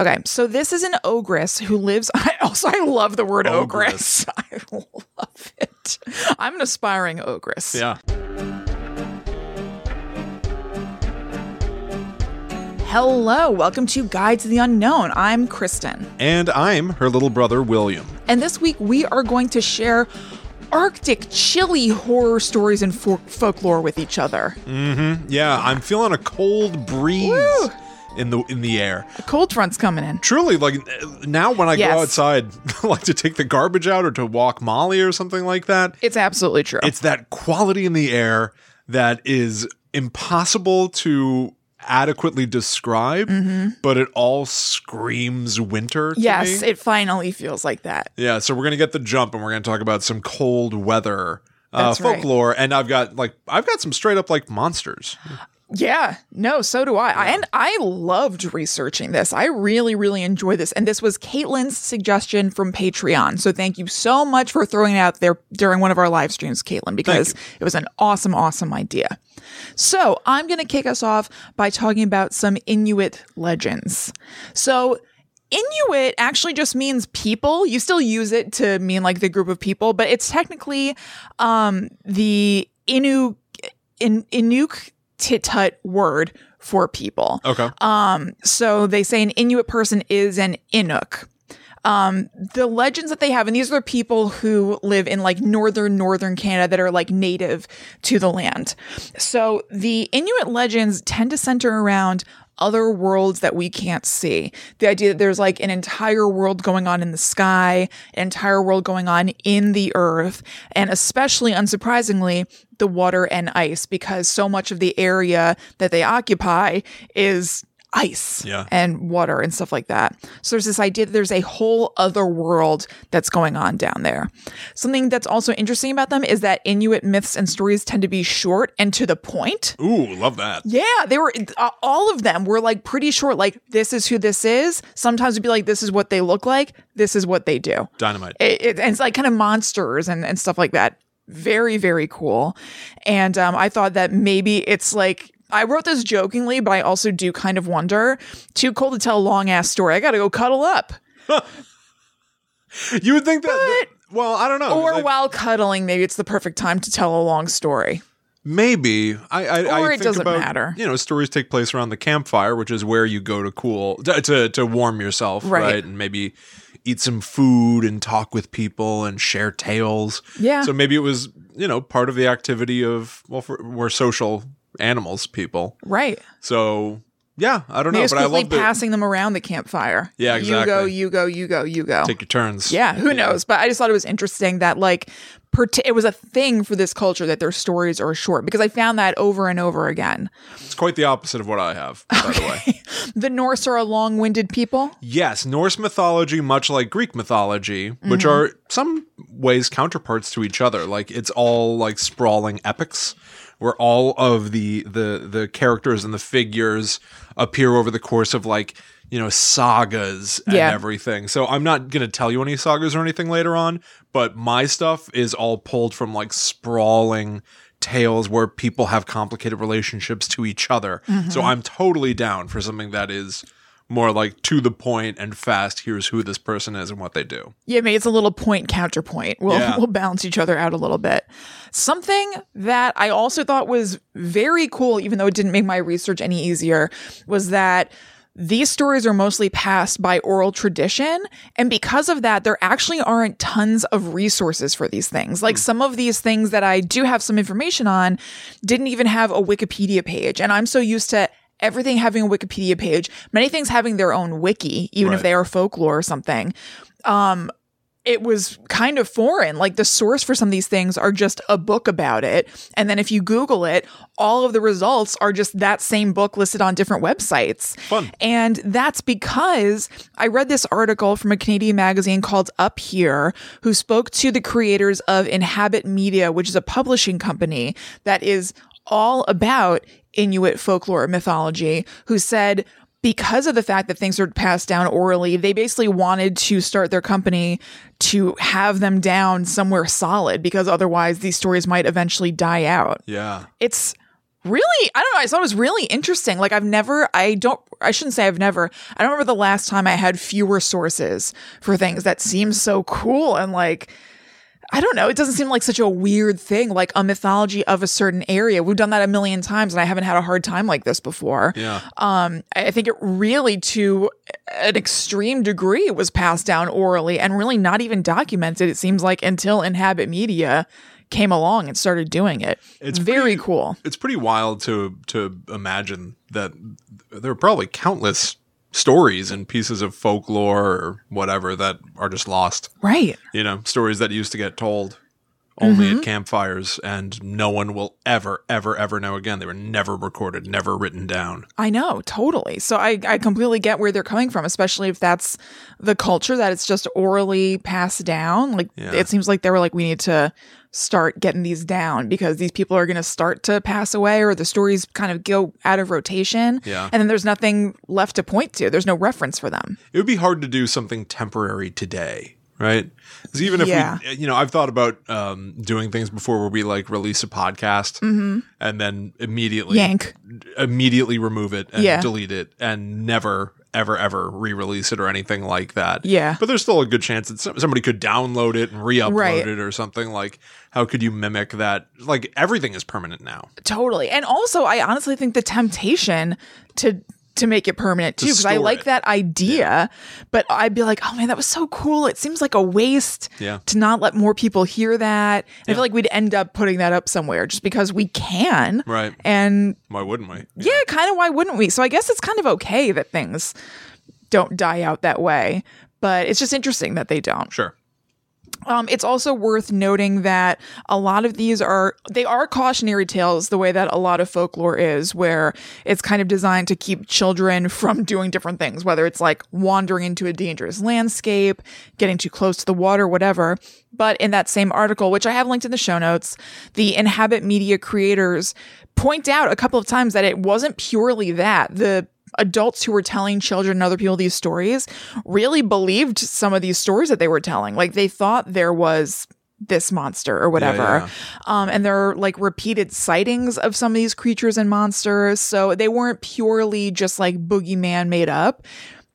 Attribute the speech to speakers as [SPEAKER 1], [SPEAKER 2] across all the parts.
[SPEAKER 1] Okay, so this is an ogress who lives. I also I love the word ogress.
[SPEAKER 2] Ogress.
[SPEAKER 1] I love it. I'm an aspiring ogress.
[SPEAKER 2] Yeah.
[SPEAKER 1] Hello, welcome to Guide to the Unknown. I'm Kristen,
[SPEAKER 2] And I'm her little brother, William.
[SPEAKER 1] and this week we are going to share Arctic chilly horror stories and fol- folklore with each other.
[SPEAKER 2] Mm. Yeah, I'm feeling a cold breeze
[SPEAKER 1] Woo.
[SPEAKER 2] in the in the air.
[SPEAKER 1] The cold front's coming in.
[SPEAKER 2] Truly, like now when I
[SPEAKER 1] Yes.
[SPEAKER 2] go outside, like to take the garbage out or to walk Molly or something like that,
[SPEAKER 1] It's absolutely true.
[SPEAKER 2] it's that quality in the air that is impossible to adequately describe, but it all screams winter. To
[SPEAKER 1] Mm-hmm. yes,
[SPEAKER 2] me.
[SPEAKER 1] it finally feels like that.
[SPEAKER 2] Yeah, so we're gonna get the jump, and we're gonna talk about some cold weather uh,
[SPEAKER 1] That's right.
[SPEAKER 2] folklore, and I've got like I've got some straight up like monsters.
[SPEAKER 1] Yeah, no, so do I. I. And I loved researching this. I really, really enjoy this. And this was Caitlin's suggestion from Patreon. So thank you so much for throwing it out there during one of our live streams, Caitlin, because it was an awesome, awesome idea. So I'm going to kick us off by talking about some Inuit legends. So Inuit actually just means people. You still use it to mean like the group of people, but it's technically um, the Inu in Inuktitut word for people.
[SPEAKER 2] Okay,
[SPEAKER 1] Um, so they say an Inuit person is an Inuk. Um, the legends that they have, and these are people who live in like northern, northern Canada that are like native to the land. So the Inuit legends tend to center around other worlds that we can't see. The idea that there's like an entire world going on in the sky, an entire world going on in the earth, and especially unsurprisingly, the water and ice, because so much of the area that they occupy is ice
[SPEAKER 2] Yeah.
[SPEAKER 1] and water and stuff like that. So there's this idea that there's a whole other world that's going on down there. Something that's also interesting about them is that Inuit myths and stories tend to be short and to the point.
[SPEAKER 2] ooh, love that.
[SPEAKER 1] Yeah, they were uh, all of them were like pretty short like this is who this is. Sometimes it'd be like this is what they look like, this is what they do
[SPEAKER 2] Dynamite.
[SPEAKER 1] it, it, and it's like kind of monsters and, and stuff like that. Very, very cool. And um, I thought that maybe it's like, I wrote this jokingly, but I also do kind of wonder. Too cold to tell a long ass story. I got to go cuddle up.
[SPEAKER 2] You would think that. well, I don't know. 'cause
[SPEAKER 1] Or
[SPEAKER 2] I-
[SPEAKER 1] while cuddling, maybe it's the perfect time to tell a long story.
[SPEAKER 2] maybe I. I I
[SPEAKER 1] Or it
[SPEAKER 2] think
[SPEAKER 1] doesn't
[SPEAKER 2] about,
[SPEAKER 1] matter.
[SPEAKER 2] You know, stories take place around the campfire, which is where you go to cool to to, to warm yourself,
[SPEAKER 1] Right.
[SPEAKER 2] right. And maybe eat some food and talk with people and share tales.
[SPEAKER 1] Yeah.
[SPEAKER 2] So maybe it was you know part of the activity of well, for, we're social animals, people.
[SPEAKER 1] Right.
[SPEAKER 2] So yeah, I don't
[SPEAKER 1] Maybe
[SPEAKER 2] know,
[SPEAKER 1] it's
[SPEAKER 2] but I
[SPEAKER 1] quickly
[SPEAKER 2] love that.
[SPEAKER 1] passing them around the campfire.
[SPEAKER 2] Yeah,
[SPEAKER 1] You go,
[SPEAKER 2] exactly.
[SPEAKER 1] you go, you go, you go.
[SPEAKER 2] Take your turns.
[SPEAKER 1] Yeah, who knows? But I just thought it was interesting that like parti it was a thing for this culture that their stories are short because I found that over and over again.
[SPEAKER 2] It's quite the opposite of what I have, by the way.
[SPEAKER 1] The Norse are a long-winded people.
[SPEAKER 2] Yes, Norse mythology, much like Greek mythology, which are some ways counterparts to each other. Like it's all like sprawling epics where all of the the the characters and the figures appear over the course of like you know sagas and
[SPEAKER 1] Yeah.
[SPEAKER 2] everything. So I'm not going to tell you any sagas or anything later on, but my stuff is all pulled from like sprawling tales where people have complicated relationships to each other. So I'm totally down for something that is more like to the point and fast. Here's who this person is and what they do.
[SPEAKER 1] Yeah, maybe it's a little point counterpoint. We'll
[SPEAKER 2] Yeah.
[SPEAKER 1] we'll balance each other out a little bit. Something that I also thought was very cool, even though it didn't make my research any easier, was that these stories are mostly passed by oral tradition. And because of that, there actually aren't tons of resources for these things.
[SPEAKER 2] Hmm.
[SPEAKER 1] Like some of these things that I do have some information on didn't even have a Wikipedia page. And I'm so used to everything having a Wikipedia page, many things having their own wiki, even if
[SPEAKER 2] Right.
[SPEAKER 1] they are folklore or something. Um, it was kind of foreign. Like the source for some of these things are just a book about it. And then if you Google it, all of the results are just that same book listed on different websites.
[SPEAKER 2] Fun.
[SPEAKER 1] And that's because I read this article from a Canadian magazine called Up Here, who spoke to the creators of Inhabit Media, which is a publishing company that is all about Inuit folklore and mythology, who said, because of the fact that things are passed down orally, they basically wanted to start their company to have them down somewhere solid because otherwise these stories might eventually die out.
[SPEAKER 2] Yeah.
[SPEAKER 1] It's really i don't know i thought it was really interesting like i've never i don't i shouldn't say i've never i don't remember the last time i had fewer sources for things that seem so cool and like i don't know it doesn't seem like such a weird thing like a mythology of a certain area we've done that a million times and i haven't had a hard time like this before
[SPEAKER 2] Yeah.
[SPEAKER 1] um, I I think it really, to an extreme degree, was passed down orally and really not even documented. It seems like until Inhabit Media came along and started doing it.
[SPEAKER 2] It's
[SPEAKER 1] very
[SPEAKER 2] pretty-
[SPEAKER 1] cool.
[SPEAKER 2] It's pretty wild to to imagine that there are probably countless stories and pieces of folklore or whatever that are just lost.
[SPEAKER 1] Right.
[SPEAKER 2] You know, stories that used to get told only at campfires and no one will ever ever ever know again. They were never recorded, never written down.
[SPEAKER 1] I know, totally. So I, I completely get where they're coming from, especially if that's the culture that it's just orally passed down. Like
[SPEAKER 2] Yeah.
[SPEAKER 1] it seems like they were like, we need to start getting these down because these people are going to start to pass away or the stories kind of go out of rotation.
[SPEAKER 2] Yeah.
[SPEAKER 1] And then there's nothing left to point to. There's no reference for them.
[SPEAKER 2] it would be hard to do something temporary today right 'Cause even if
[SPEAKER 1] Yeah.
[SPEAKER 2] we eh, you know i've thought about um, doing things before where we like release a podcast and then immediately
[SPEAKER 1] Yank.
[SPEAKER 2] immediately remove it and
[SPEAKER 1] Yeah.
[SPEAKER 2] delete it and never ever ever re-release it or anything like that
[SPEAKER 1] Yeah.
[SPEAKER 2] but there's still a good chance that some- somebody could download it and re-upload
[SPEAKER 1] Right.
[SPEAKER 2] it or something like how could you mimic that like everything is permanent now
[SPEAKER 1] Totally. And also, I honestly think the temptation to to make it permanent too, because I
[SPEAKER 2] store
[SPEAKER 1] like
[SPEAKER 2] it.
[SPEAKER 1] that idea, but I'd be like, oh man, that was so cool. It seems like a waste
[SPEAKER 2] Yeah.
[SPEAKER 1] to not let more people hear that. And I feel like we'd end up putting that up somewhere just because we can.
[SPEAKER 2] right
[SPEAKER 1] And
[SPEAKER 2] why wouldn't we
[SPEAKER 1] yeah, kind of why wouldn't we? So I guess it's kind of okay that things don't die out that way. But it's just interesting that they don't.
[SPEAKER 2] sure
[SPEAKER 1] Um, it's also worth noting that a lot of these are they are cautionary tales, the way that a lot of folklore is, where it's kind of designed to keep children from doing different things, whether it's like wandering into a dangerous landscape, getting too close to the water, whatever. But in that same article, which I have linked in the show notes, the Inhabit Media creators point out a couple of times that it wasn't purely that the adults who were telling children and other people these stories really believed some of these stories that they were telling. Like they thought there was this monster or whatever.
[SPEAKER 2] yeah.
[SPEAKER 1] Um, and there are like repeated sightings of some of these creatures and monsters. So they weren't purely just like boogeyman made up.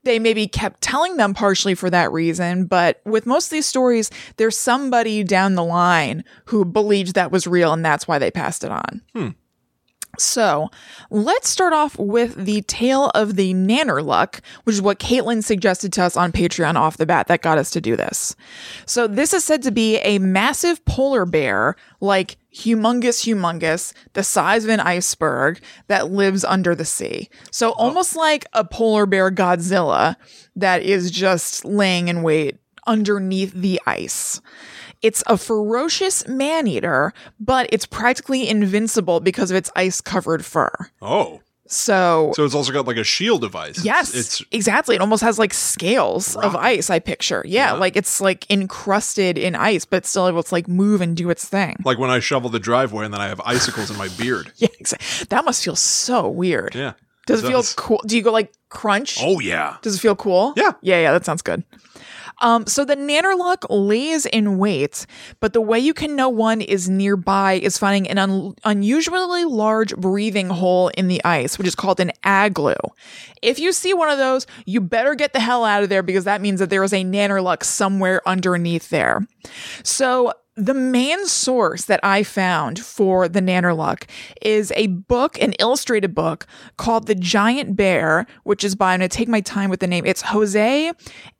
[SPEAKER 1] They maybe kept telling them partially for that reason, but with most of these stories, there's somebody down the line who believed that was real and that's why they passed it on.
[SPEAKER 2] Hmm.
[SPEAKER 1] So let's start off with the tale of the Nannerluck, which is what Caitlin suggested to us on Patreon off the bat that got us to do this. So this is said to be a massive polar bear, like humongous, humongous, the size of an iceberg that lives under the sea. So almost like a polar bear Godzilla that is just laying in wait underneath the ice. It's a ferocious man eater, but it's practically invincible because of its ice covered fur.
[SPEAKER 2] oh
[SPEAKER 1] So,
[SPEAKER 2] so it's also got like a shield device It's-
[SPEAKER 1] yes,
[SPEAKER 2] it's
[SPEAKER 1] exactly. It almost has like scales of ice, I picture. Yeah, like it's like encrusted in ice, but still able to like move and do its thing.
[SPEAKER 2] like when I shovel the driveway and then I have icicles in my beard.
[SPEAKER 1] yeah, exactly. That must feel so weird.
[SPEAKER 2] Yeah.
[SPEAKER 1] Does it feel
[SPEAKER 2] Does.
[SPEAKER 1] cool? Do you go like crunch?
[SPEAKER 2] Oh yeah.
[SPEAKER 1] Does it feel cool?
[SPEAKER 2] Yeah.
[SPEAKER 1] Yeah, yeah, that sounds good. Um, so the Nannerlock lays in wait, but the way you can know one is nearby is finding an un- unusually large breathing hole in the ice, which is called an aglu. If you see one of those, you better get the hell out of there because that means that there is a Nannerlock somewhere underneath there. So the main source that I found for the Nannerluck is a book, an illustrated book called The Giant Bear, which is by, I'm going to take my time with the name. It's Jose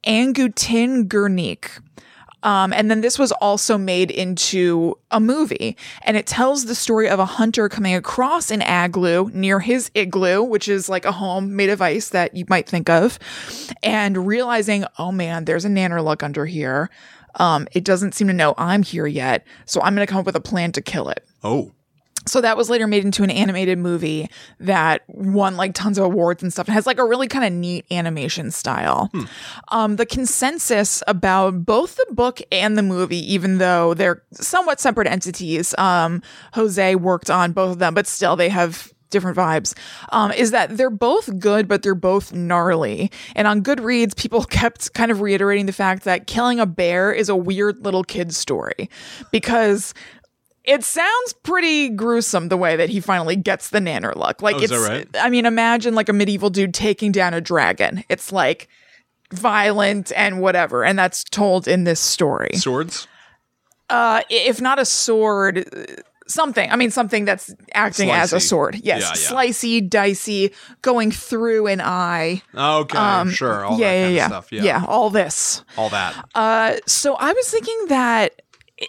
[SPEAKER 1] Angutin Guernic. Um, and then this was also made into a movie, and it tells the story of a hunter coming across an igloo near his igloo, which is like a home made of ice that you might think of, and realizing, oh man, there's a nannerluck under here. Um, it doesn't seem to know I'm here yet, so I'm going to come up with a plan to kill it.
[SPEAKER 2] Oh.
[SPEAKER 1] So that was later made into an animated movie that won like tons of awards and stuff. It has like a really kind of neat animation style. Um, the consensus about both the book and the movie, even though they're somewhat separate entities, um, Jose worked on both of them, but still they have different vibes um, is that they're both good but they're both gnarly and on goodreads people kept kind of reiterating the fact that killing a bear is a weird little kid story because it sounds pretty gruesome the way that he finally gets the nanner luck. Like
[SPEAKER 2] Oh, is
[SPEAKER 1] it's
[SPEAKER 2] that right?
[SPEAKER 1] I mean, imagine like a medieval dude taking down a dragon. It's like violent and whatever, and that's told in this story.
[SPEAKER 2] Swords,
[SPEAKER 1] Uh i- if not a sword, uh, something. I mean something that's acting as a
[SPEAKER 2] Slicey.
[SPEAKER 1] sword. Yes.
[SPEAKER 2] Yeah, yeah.
[SPEAKER 1] Slicey, dicey, going through an eye.
[SPEAKER 2] okay, sure, all
[SPEAKER 1] Um, yeah,
[SPEAKER 2] that
[SPEAKER 1] yeah,
[SPEAKER 2] kind
[SPEAKER 1] yeah.
[SPEAKER 2] of stuff, yeah,
[SPEAKER 1] yeah, all this.
[SPEAKER 2] all that.
[SPEAKER 1] Uh, so I was thinking that,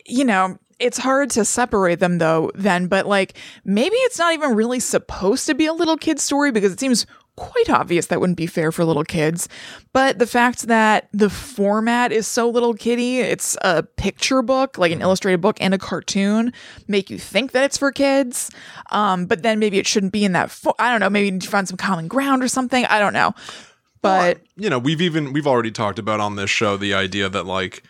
[SPEAKER 1] you know, it's hard to separate them though, then, but like maybe it's not even really supposed to be a little kid story because it seems quite obvious that wouldn't be fair for little kids. But the fact that the format is so little kitty, it's a picture book, like an illustrated book and a cartoon, make you think that it's for kids. Um, but then maybe it shouldn't be in that. Fo- I don't know. Maybe you need to find some common ground or something. I don't know. But
[SPEAKER 2] you know we've even we've already talked about on this show the idea that like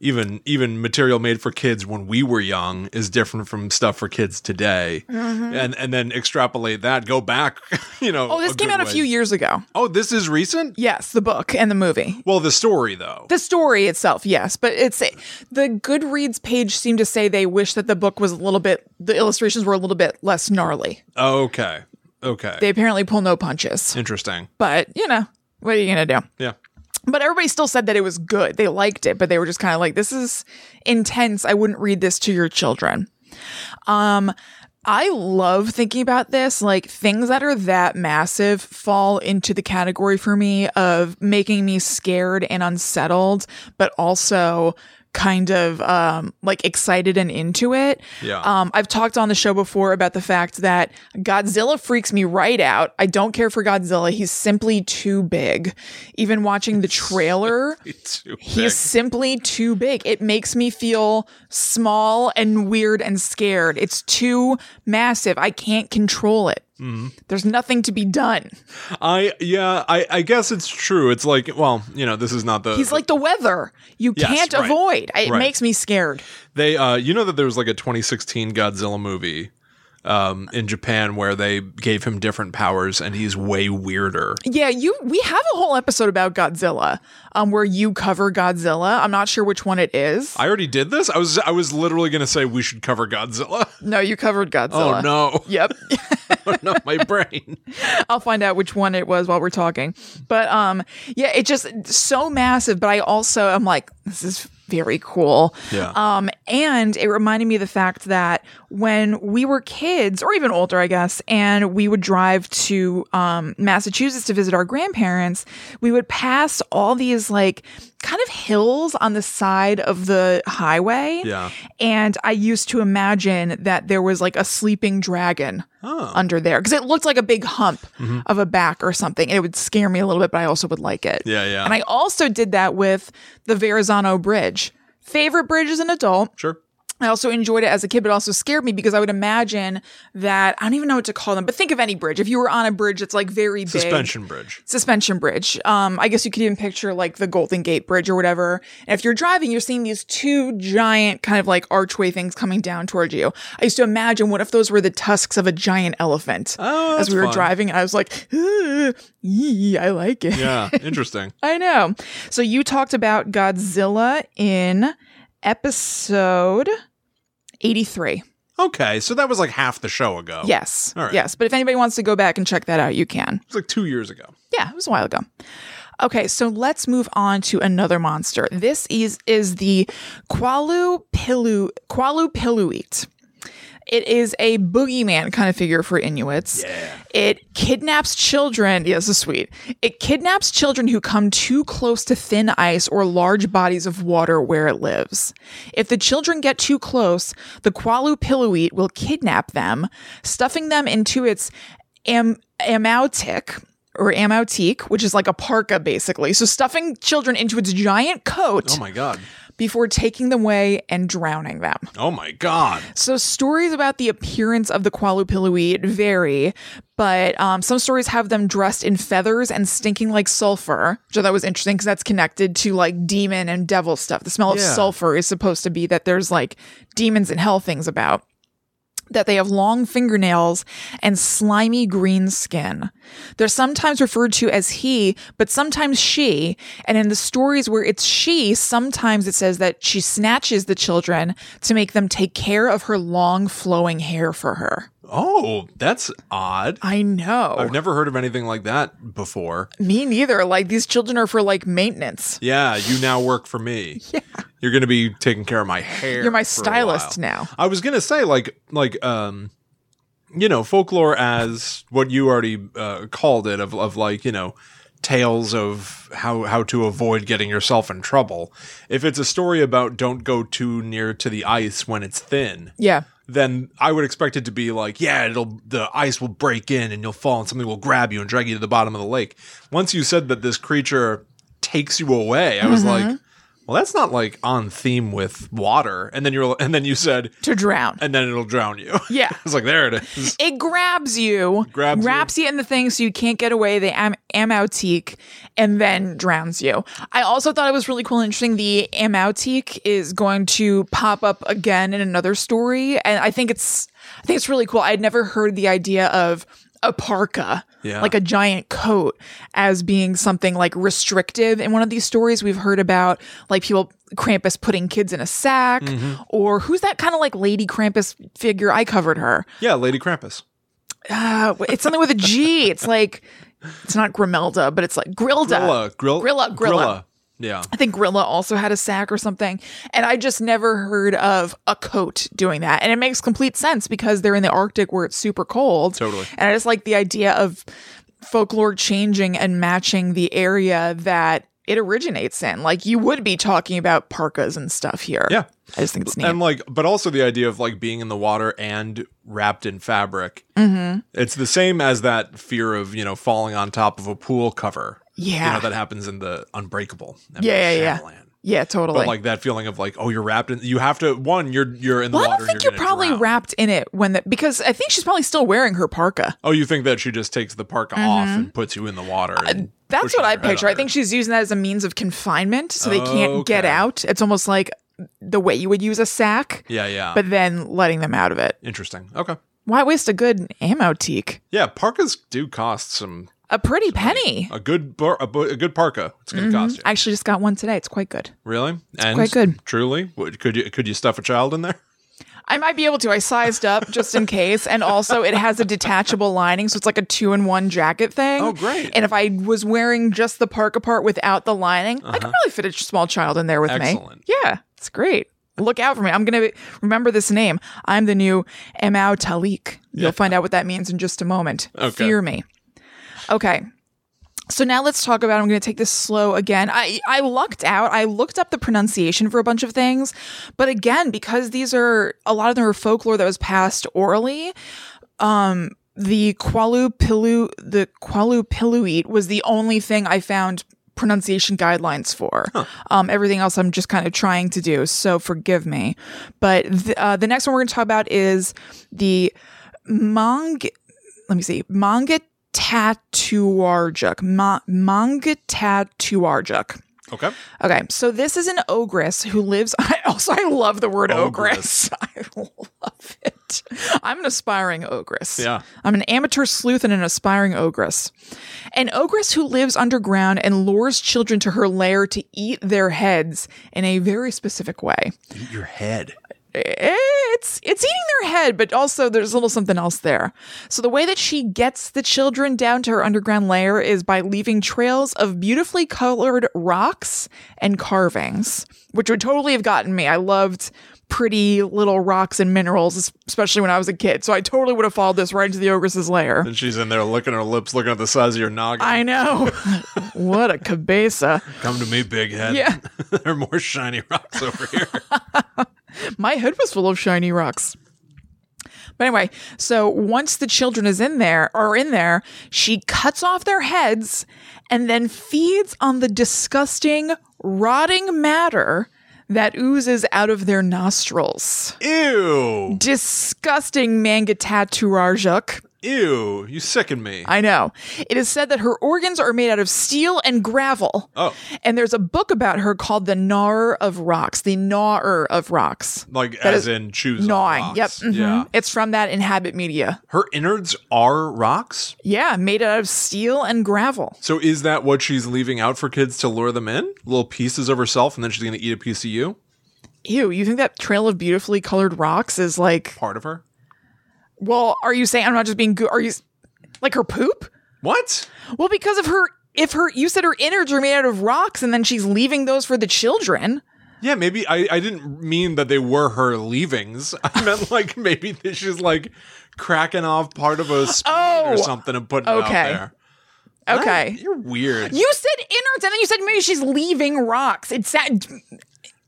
[SPEAKER 2] even even material made for kids when we were young is different from stuff for kids today and and then extrapolate that go back you know
[SPEAKER 1] Mm-hmm. oh, this came out a few
[SPEAKER 2] years
[SPEAKER 1] years ago.
[SPEAKER 2] oh this is recent
[SPEAKER 1] Yes, the book and the movie.
[SPEAKER 2] well the story though
[SPEAKER 1] The story itself, yes, but it's the Goodreads page seemed to say they wish that the book was a little bit, the illustrations were a little bit less gnarly.
[SPEAKER 2] okay okay
[SPEAKER 1] They apparently pull no punches,
[SPEAKER 2] interesting
[SPEAKER 1] but you know, what are you going to do?
[SPEAKER 2] yeah
[SPEAKER 1] But everybody still said that it was good. They liked it, but they were just kind of like, this is intense. I wouldn't read this to your children. Um, I love thinking about this. Like things that are that massive fall into the category for me of making me scared and unsettled, but also kind of um, like excited and into it.
[SPEAKER 2] Yeah.
[SPEAKER 1] Um, I've talked on the show before about the fact that Godzilla freaks me right out. I don't care for Godzilla. He's simply too big. Even watching the trailer.
[SPEAKER 2] it's too
[SPEAKER 1] He is simply too big. It makes me feel small and weird and scared. It's too massive. I can't control it.
[SPEAKER 2] Mm-hmm.
[SPEAKER 1] There's nothing to be done.
[SPEAKER 2] i yeah i i guess it's true it's like well you know this is not the
[SPEAKER 1] He's like the weather. You
[SPEAKER 2] Yes,
[SPEAKER 1] can't
[SPEAKER 2] right.
[SPEAKER 1] avoid. It
[SPEAKER 2] Right.
[SPEAKER 1] makes me scared.
[SPEAKER 2] They, uh, you know that there was like a 2016 Godzilla movie um, in Japan where they gave him different powers, and he's way weirder.
[SPEAKER 1] Yeah, you. We have a whole episode about Godzilla, um, where you cover Godzilla. I'm not sure which one it is.
[SPEAKER 2] I already did this. I was, I was literally gonna say we should cover Godzilla.
[SPEAKER 1] no, you covered Godzilla.
[SPEAKER 2] Oh no,
[SPEAKER 1] Yep.
[SPEAKER 2] oh, no, my brain.
[SPEAKER 1] I'll find out which one it was while we're talking. But um, yeah, it just so massive. But I also am like, this is very cool.
[SPEAKER 2] Yeah.
[SPEAKER 1] Um, and it reminded me of the fact that when we were kids, or even older, I guess, and we would drive to um, Massachusetts to visit our grandparents, we would pass all these like kind of hills on the side of the highway.
[SPEAKER 2] Yeah.
[SPEAKER 1] And I used to imagine that there was like a sleeping dragon under there because it looked like a big hump
[SPEAKER 2] Mm-hmm.
[SPEAKER 1] of a back or something. It would scare me a little bit, but I also would like it.
[SPEAKER 2] Yeah, yeah.
[SPEAKER 1] And I also did that with the Verrazano Bridge. Favorite bridge as an adult.
[SPEAKER 2] Sure.
[SPEAKER 1] I also enjoyed it as a kid, but it also scared me because I would imagine that I don't even know what to call them. But think of any bridge. If you were on a bridge that's like very big,
[SPEAKER 2] Suspension bridge.
[SPEAKER 1] suspension bridge. Um, I guess you could even picture like the Golden Gate Bridge or whatever. And if you're driving, you're seeing these two giant kind of like archway things coming down towards you. I used to imagine what if those were the tusks of a giant elephant
[SPEAKER 2] Oh,
[SPEAKER 1] as
[SPEAKER 2] that's
[SPEAKER 1] we were
[SPEAKER 2] fun.
[SPEAKER 1] driving. I was like, "Ugh, yee, I like it.
[SPEAKER 2] Yeah, interesting.
[SPEAKER 1] I know. So you talked about Godzilla in episode 83.
[SPEAKER 2] Okay, so that was like half the show ago.
[SPEAKER 1] Yes.
[SPEAKER 2] Oh. All right.
[SPEAKER 1] Yes. But if anybody wants to go back and check that out, you can.
[SPEAKER 2] it's like two years ago.
[SPEAKER 1] Yeah, it was a while ago. Okay, so let's move on to another monster. This is is the Qualu Pilu Qualu Piluit. It is a boogeyman kind of figure for Inuits.
[SPEAKER 2] Yeah.
[SPEAKER 1] It kidnaps children. Yes, this is sweet. It kidnaps children who come too close to thin ice or large bodies of water where it lives. If the children get too close, the Qualu Piluit will kidnap them, stuffing them into its am- amautic or amautique, which is like a parka basically. So stuffing children into its giant coat
[SPEAKER 2] Oh my god.
[SPEAKER 1] before taking them away and drowning them.
[SPEAKER 2] Oh my god.
[SPEAKER 1] So stories about the appearance of the Qualupiluit vary, but um, some stories have them dressed in feathers and stinking like sulfur, which I thought was interesting because that's connected to like demon and devil stuff. The smell of
[SPEAKER 2] Yeah.
[SPEAKER 1] sulfur is supposed to be that there's like demons and hell things about. that they have long fingernails and slimy green skin. They're sometimes referred to as he, but sometimes she. And in the stories where it's she, sometimes it says that she snatches the children to make them take care of her long flowing hair for her.
[SPEAKER 2] Oh, that's odd.
[SPEAKER 1] I know.
[SPEAKER 2] I've never heard of anything like that before.
[SPEAKER 1] Me neither. Like these children are for like maintenance.
[SPEAKER 2] Yeah, you now work for me. yeah. You're going to be taking care of my hair.
[SPEAKER 1] You're my
[SPEAKER 2] for a
[SPEAKER 1] stylist
[SPEAKER 2] while.
[SPEAKER 1] now.
[SPEAKER 2] I was going to say like like um you know, folklore as what you already uh, called it of of like, you know, tales of how how to avoid getting yourself in trouble. If it's a story about don't go too near to the ice when it's thin,
[SPEAKER 1] Yeah.
[SPEAKER 2] then I would expect it to be like, yeah, it'll the ice will break in and you'll fall and something will grab you and drag you to the bottom of the lake. Once you said that this creature takes you away, I was like,
[SPEAKER 1] Mm-hmm.
[SPEAKER 2] well, that's not like on theme with water. And then you're and then you said,
[SPEAKER 1] To drown.
[SPEAKER 2] and then it'll drown you.
[SPEAKER 1] Yeah.
[SPEAKER 2] I was like, there it is.
[SPEAKER 1] It grabs you,
[SPEAKER 2] Grabs you.
[SPEAKER 1] wraps you. in the thing so you can't get away. They am- amautique and then drowns you. I also thought it was really cool and interesting. The amautique is going to pop up again in another story, and I think it's I think it's really cool. I'd never heard the idea of a parka,
[SPEAKER 2] Yeah.
[SPEAKER 1] like a giant coat, as being something like restrictive. In one of these stories, we've heard about like people. Krampus putting kids in a sack,
[SPEAKER 2] Mm-hmm.
[SPEAKER 1] or who's that kind of like Lady Krampus figure? I covered her
[SPEAKER 2] Yeah, Lady Krampus.
[SPEAKER 1] uh, it's something with a G. It's like it's not Grimelda, but it's like Grilda.
[SPEAKER 2] Grilla, grill,
[SPEAKER 1] Grilla, Grilla.
[SPEAKER 2] Yeah.
[SPEAKER 1] Uh, I think Grilla also had a sack or something, and I just never heard of a coat doing that. And it makes complete sense because they're in the Arctic where it's super cold.
[SPEAKER 2] Totally.
[SPEAKER 1] And I just like the idea of folklore changing and matching the area that it originates in. Like you would be talking about parkas and stuff here.
[SPEAKER 2] Yeah.
[SPEAKER 1] I just think it's neat.
[SPEAKER 2] And like, but also the idea of like being in the water and wrapped in fabric.
[SPEAKER 1] Mm-hmm.
[SPEAKER 2] It's the same as that fear of, you know, falling on top of a pool cover.
[SPEAKER 1] yeah.
[SPEAKER 2] You know, that happens in the Unbreakable. M.
[SPEAKER 1] Yeah, yeah, yeah.
[SPEAKER 2] Shyamalan.
[SPEAKER 1] yeah, totally.
[SPEAKER 2] But like that feeling of like, oh, you're wrapped in. You have to one. You're you're in the
[SPEAKER 1] Well, I
[SPEAKER 2] water.
[SPEAKER 1] don't
[SPEAKER 2] and
[SPEAKER 1] think you're,
[SPEAKER 2] gonna
[SPEAKER 1] probably
[SPEAKER 2] drown.
[SPEAKER 1] wrapped in it when the because I think she's probably still wearing her parka.
[SPEAKER 2] Oh, you think that she just takes the parka off and puts you in the water? and
[SPEAKER 1] Mm-hmm. Uh, That's
[SPEAKER 2] pushes
[SPEAKER 1] what I
[SPEAKER 2] your head
[SPEAKER 1] picture. I
[SPEAKER 2] under.
[SPEAKER 1] think she's using that as a means of confinement, so they can't get
[SPEAKER 2] Okay.
[SPEAKER 1] out. It's almost like the way you would use a sack,
[SPEAKER 2] Yeah, yeah.
[SPEAKER 1] but then letting them out of it.
[SPEAKER 2] Interesting. Okay.
[SPEAKER 1] Why waste a good ammo teak?
[SPEAKER 2] Yeah, parkas do cost some
[SPEAKER 1] A pretty penny.
[SPEAKER 2] a good bar, a, bu- a good parka. It's going to cost you.
[SPEAKER 1] I actually just got one today. It's quite good.
[SPEAKER 2] Really? and
[SPEAKER 1] Mm-hmm. quite good.
[SPEAKER 2] Truly, Would- could you could you stuff a child in there?
[SPEAKER 1] I might be able to. I sized up just in case. And also, it has a detachable lining. So it's like a two in one jacket thing.
[SPEAKER 2] Oh, great.
[SPEAKER 1] And if I was wearing just the parka part without the lining, I could probably fit a small child in there with
[SPEAKER 2] Uh-huh. Excellent.
[SPEAKER 1] me. Yeah, it's great. Look out for me. I'm going to remember this name. I'm the new Emao Talik. You'll find out what that means in just a moment.
[SPEAKER 2] Okay.
[SPEAKER 1] Fear me. Okay. So now let's talk about. I'm going to take this slow again. I I lucked out. I looked up the pronunciation for a bunch of things, but again, because these are a lot of them are folklore that was passed orally. Um, the Kualu Pilu, the Kualu Piluit was the only thing I found pronunciation guidelines for. Um, everything else I'm just kind of trying to do. So forgive me. But th- uh, the next one we're going to talk about is the Mang let me see, manga tatuarjuk, Ma- manga tatuarjuk.
[SPEAKER 2] Okay.
[SPEAKER 1] Okay, so this is an ogress who lives. I also I love the word
[SPEAKER 2] Ogress.
[SPEAKER 1] ogress. I love it. I'm an aspiring ogress.
[SPEAKER 2] Yeah.
[SPEAKER 1] I'm an amateur sleuth and an aspiring ogress. An ogress who lives underground and lures children to her lair to eat their heads in a very specific way
[SPEAKER 2] Eat your head.
[SPEAKER 1] it's it's eating their head, but also there's a little something else there. So the way that she gets the children down to her underground lair is by leaving trails of beautifully colored rocks and carvings, which would totally have gotten me. I loved pretty little rocks and minerals, es- especially when I was a kid. So I totally would have followed this right into the ogress's lair.
[SPEAKER 2] And she's in there licking her lips, looking at the size of your noggin.
[SPEAKER 1] I know. what a cabeza.
[SPEAKER 2] Come to me, big head.
[SPEAKER 1] Yeah.
[SPEAKER 2] there are more shiny rocks over here.
[SPEAKER 1] my head was full of shiny rocks. But anyway, so once the children is in there or in there, she cuts off their heads and then feeds on the disgusting rotting matter that oozes out of their nostrils.
[SPEAKER 2] Ew.
[SPEAKER 1] Disgusting manga tattooarjuk.
[SPEAKER 2] Ew. Ew, you sicken me.
[SPEAKER 1] I know. It is said that her organs are made out of steel and gravel.
[SPEAKER 2] oh,
[SPEAKER 1] And there's a book about her called The Gnawer of Rocks, The Gnawer of Rocks.
[SPEAKER 2] like
[SPEAKER 1] That
[SPEAKER 2] as
[SPEAKER 1] is
[SPEAKER 2] in choose
[SPEAKER 1] Gnawing. Yep. mhm.
[SPEAKER 2] Yeah.
[SPEAKER 1] It's from that Inhabit Media.
[SPEAKER 2] Her innards are rocks.
[SPEAKER 1] Yeah, made out of steel and gravel.
[SPEAKER 2] So is that what she's leaving out for kids to lure them in? Little pieces of herself, and then she's going to eat a piece of you.
[SPEAKER 1] Ew, you think that trail of beautifully colored rocks is like,
[SPEAKER 2] Part of her.
[SPEAKER 1] well, are you saying I'm not just being good? Are you s- like her poop?
[SPEAKER 2] What?
[SPEAKER 1] Well, because of her, if her, you said her innards are made out of rocks and then she's leaving those for the children.
[SPEAKER 2] Yeah, maybe I, I didn't mean that they were her leavings. I meant like maybe that she's like cracking off part of a spoon
[SPEAKER 1] Oh,
[SPEAKER 2] or something and putting it out
[SPEAKER 1] okay.
[SPEAKER 2] there.
[SPEAKER 1] Okay.
[SPEAKER 2] You're weird.
[SPEAKER 1] You said innards, and then you said maybe she's leaving rocks. It's that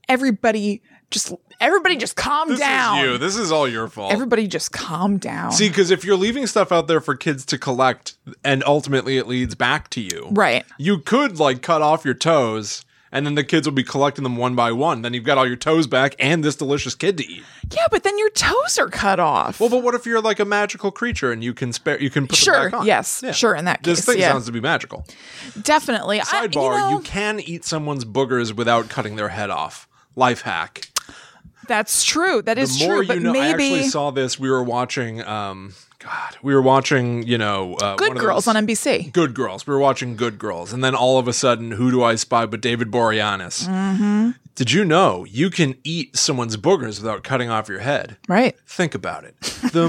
[SPEAKER 1] everybody just everybody just calm
[SPEAKER 2] this
[SPEAKER 1] down.
[SPEAKER 2] is you. This is all your fault.
[SPEAKER 1] Everybody just calm down.
[SPEAKER 2] See, because if you're leaving stuff out there for kids to collect, and ultimately it leads back to you,
[SPEAKER 1] right.
[SPEAKER 2] you could like cut off your toes, and then the kids will be collecting them one by one. Then you've got all your toes back and this delicious kid to eat.
[SPEAKER 1] Yeah, but then your toes are cut off.
[SPEAKER 2] Well, but what if you're like a magical creature and you can spare, you can put them
[SPEAKER 1] sure.
[SPEAKER 2] back on?
[SPEAKER 1] Yes.
[SPEAKER 2] Yeah.
[SPEAKER 1] Sure. In that
[SPEAKER 2] This
[SPEAKER 1] case,
[SPEAKER 2] thing
[SPEAKER 1] yeah,
[SPEAKER 2] sounds to be magical.
[SPEAKER 1] definitely.
[SPEAKER 2] Sidebar:
[SPEAKER 1] I,
[SPEAKER 2] you,
[SPEAKER 1] you, know,
[SPEAKER 2] can eat someone's boogers without cutting their head off. Life hack.
[SPEAKER 1] that's true. That is
[SPEAKER 2] The more
[SPEAKER 1] true. But
[SPEAKER 2] you know, I actually
[SPEAKER 1] maybe
[SPEAKER 2] saw this. We were watching. Um, God, we were watching. You know, uh,
[SPEAKER 1] Good
[SPEAKER 2] one of
[SPEAKER 1] Girls
[SPEAKER 2] those-
[SPEAKER 1] on NBC.
[SPEAKER 2] Good Girls. We were watching Good Girls, and then all of a sudden, who do I spy but David Boreanaz? Mm-hmm. Did you know you can eat someone's boogers without cutting off your head?
[SPEAKER 1] Right.
[SPEAKER 2] Think about it. the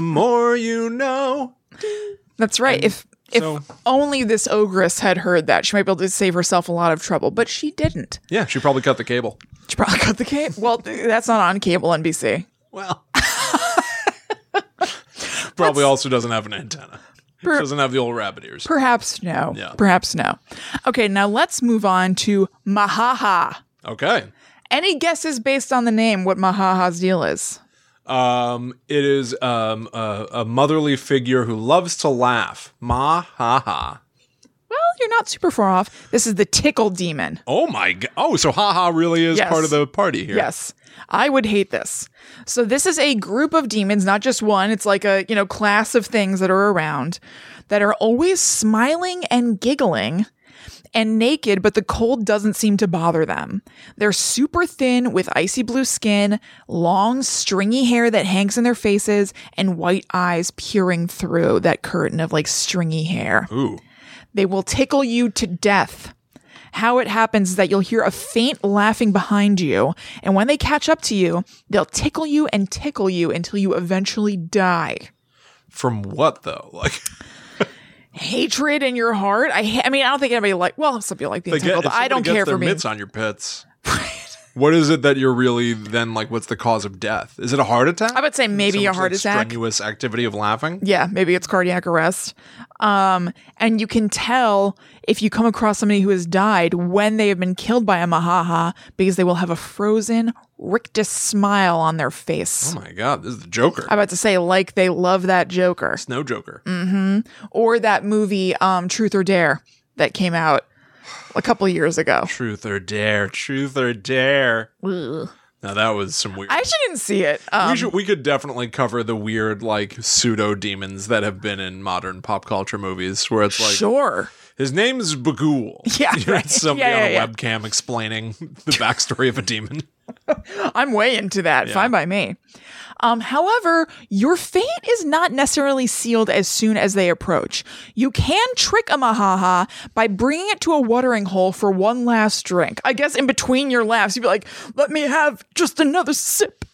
[SPEAKER 2] more you know.
[SPEAKER 1] That's right. If if
[SPEAKER 2] so-
[SPEAKER 1] only this ogress had heard that, she might be able to save herself a lot of trouble. But she didn't.
[SPEAKER 2] Yeah, she probably cut the cable.
[SPEAKER 1] She probably cut the cable. Well, that's not on cable NBC.
[SPEAKER 2] Well. Probably also doesn't have an antenna.
[SPEAKER 1] Per-
[SPEAKER 2] doesn't have the old rabbit ears.
[SPEAKER 1] Perhaps no.
[SPEAKER 2] Yeah.
[SPEAKER 1] Perhaps no. Okay, now let's move on to Mahaha.
[SPEAKER 2] okay.
[SPEAKER 1] Any guesses based on the name what Mahaha's deal is?
[SPEAKER 2] Um, it is um, a, a motherly figure who loves to laugh. Ma ha ha.
[SPEAKER 1] Well, you're not super far off. This is the tickle demon.
[SPEAKER 2] Oh my god. Oh, so ha ha really is
[SPEAKER 1] Yes.
[SPEAKER 2] part of the party here.
[SPEAKER 1] Yes. I would hate this. So this is a group of demons, not just one. It's like a, you know, class of things that are around that are always smiling and giggling and naked, but the cold doesn't seem to bother them. They're super thin with icy blue skin, long stringy hair that hangs in their faces, and white eyes peering through that curtain of like stringy hair.
[SPEAKER 2] Ooh.
[SPEAKER 1] They will tickle you to death. How it happens is that you'll hear a faint laughing behind you, and when they catch up to you, they'll tickle you and tickle you until you eventually die.
[SPEAKER 2] From what though? Like
[SPEAKER 1] Hatred in your heart. I, ha- I mean, I don't think anybody like. Well, some people like being
[SPEAKER 2] they get,
[SPEAKER 1] tickled.
[SPEAKER 2] if
[SPEAKER 1] I don't
[SPEAKER 2] somebody gets
[SPEAKER 1] care
[SPEAKER 2] their
[SPEAKER 1] for being.
[SPEAKER 2] mitts on your pits. What is it that you're really then like? What's the cause of death? Is it a heart attack?
[SPEAKER 1] I would say maybe a heart attack.
[SPEAKER 2] Strenuous activity of laughing.
[SPEAKER 1] Yeah, maybe it's cardiac arrest. Um, and you can tell if you come across somebody who has died when they have been killed by a mahaha because they will have a frozen, rictus smile on their face.
[SPEAKER 2] Oh my god, this is the Joker.
[SPEAKER 1] I'm about to say like they love that Joker
[SPEAKER 2] Snow Joker.
[SPEAKER 1] Mm. or that movie um, Truth or Dare that came out a couple years ago.
[SPEAKER 2] Truth or dare. Truth or dare. Now that was some weird.
[SPEAKER 1] I actually didn't see it. Um,
[SPEAKER 2] we, should, we could definitely cover the weird like pseudo demons that have been in modern pop culture movies, where it's like
[SPEAKER 1] sure.
[SPEAKER 2] His name's Bagul.
[SPEAKER 1] Yeah,
[SPEAKER 2] You know,
[SPEAKER 1] right.
[SPEAKER 2] it's somebody
[SPEAKER 1] Yeah, yeah, yeah.
[SPEAKER 2] on a webcam explaining the backstory of a demon.
[SPEAKER 1] I'm way into that. Fine by me. Um, however, your fate is not necessarily sealed as soon as they approach. You can trick a mahaha by bringing it to a watering hole for one last drink. I guess in between your laughs, you'd be like, let me have just another sip.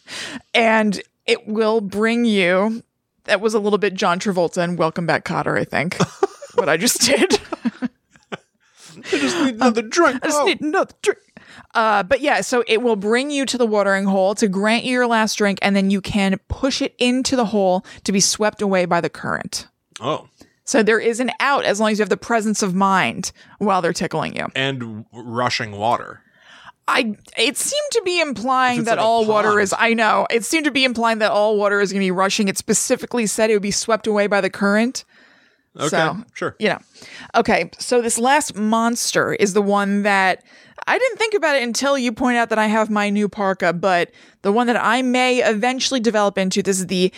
[SPEAKER 1] And it will bring you. That was a little bit John Travolta and Welcome Back Cotter, I think. what I just did.
[SPEAKER 2] Another drink.
[SPEAKER 1] I just
[SPEAKER 2] Oh.
[SPEAKER 1] need another drink. Uh, but yeah, so it will bring you to the watering hole to grant you your last drink, and then you can push it into the hole to be swept away by the current.
[SPEAKER 2] oh.
[SPEAKER 1] So there is an out as long as you have the presence of mind while they're tickling you.
[SPEAKER 2] And w- rushing water.
[SPEAKER 1] I it seemed to be
[SPEAKER 2] If
[SPEAKER 1] implying
[SPEAKER 2] it's
[SPEAKER 1] that
[SPEAKER 2] like a
[SPEAKER 1] all water
[SPEAKER 2] pond.
[SPEAKER 1] is I know. It seemed to be implying that all water is gonna be rushing. It specifically said it would be swept away by the current.
[SPEAKER 2] Okay.
[SPEAKER 1] So-
[SPEAKER 2] sure.
[SPEAKER 1] you know. Okay, so this last monster is the one that I didn't think about it until you point out that I have my new parka, but the one that I may eventually develop into. This is the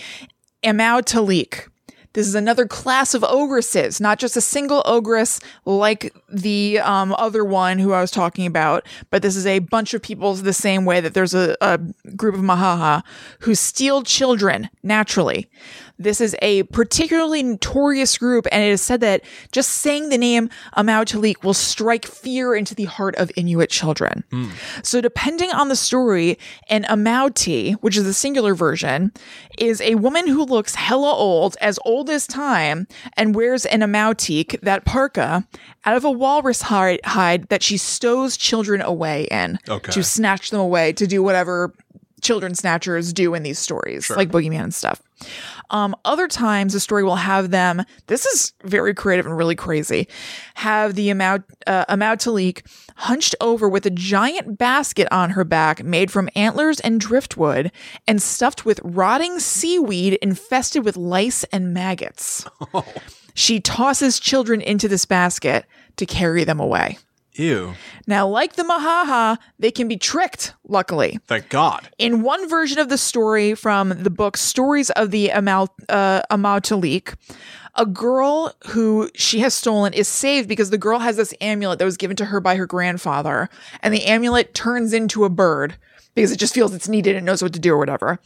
[SPEAKER 1] Amau Talik. This is another class of ogresses, not just a single ogress like the um, other one who I was talking about, but this is a bunch of people the same way that there's a, a group of Mahaha who steal children naturally. This is a particularly notorious group, and it is said that just saying the name Amau Talik will strike fear into the heart of Inuit children. So, depending on the story, an Amauti, which is the singular version, is a woman who looks hella old, as old as time, and wears an Amautik, that parka, out of a walrus hide, hide that she stows children away in
[SPEAKER 2] Okay.
[SPEAKER 1] to snatch them away to do whatever children snatchers do in these stories, like Boogeyman and stuff. Um, other times, the story will have them. This is very creative and really crazy. Have the Amau uh, Amau Talik hunched over with a giant basket on her back, made from antlers and driftwood, and stuffed with rotting seaweed infested with lice and maggots. She tosses children into this basket to carry them away.
[SPEAKER 2] Ew.
[SPEAKER 1] Now, like the Mahaha, they can be tricked, luckily.
[SPEAKER 2] Thank God.
[SPEAKER 1] In one version of the story from the book Stories of the Amal, uh, Amaltalik, a girl who she has stolen is saved because the girl has this amulet that was given to her by her grandfather, and the amulet turns into a bird because it just feels it's needed and knows what to do or whatever.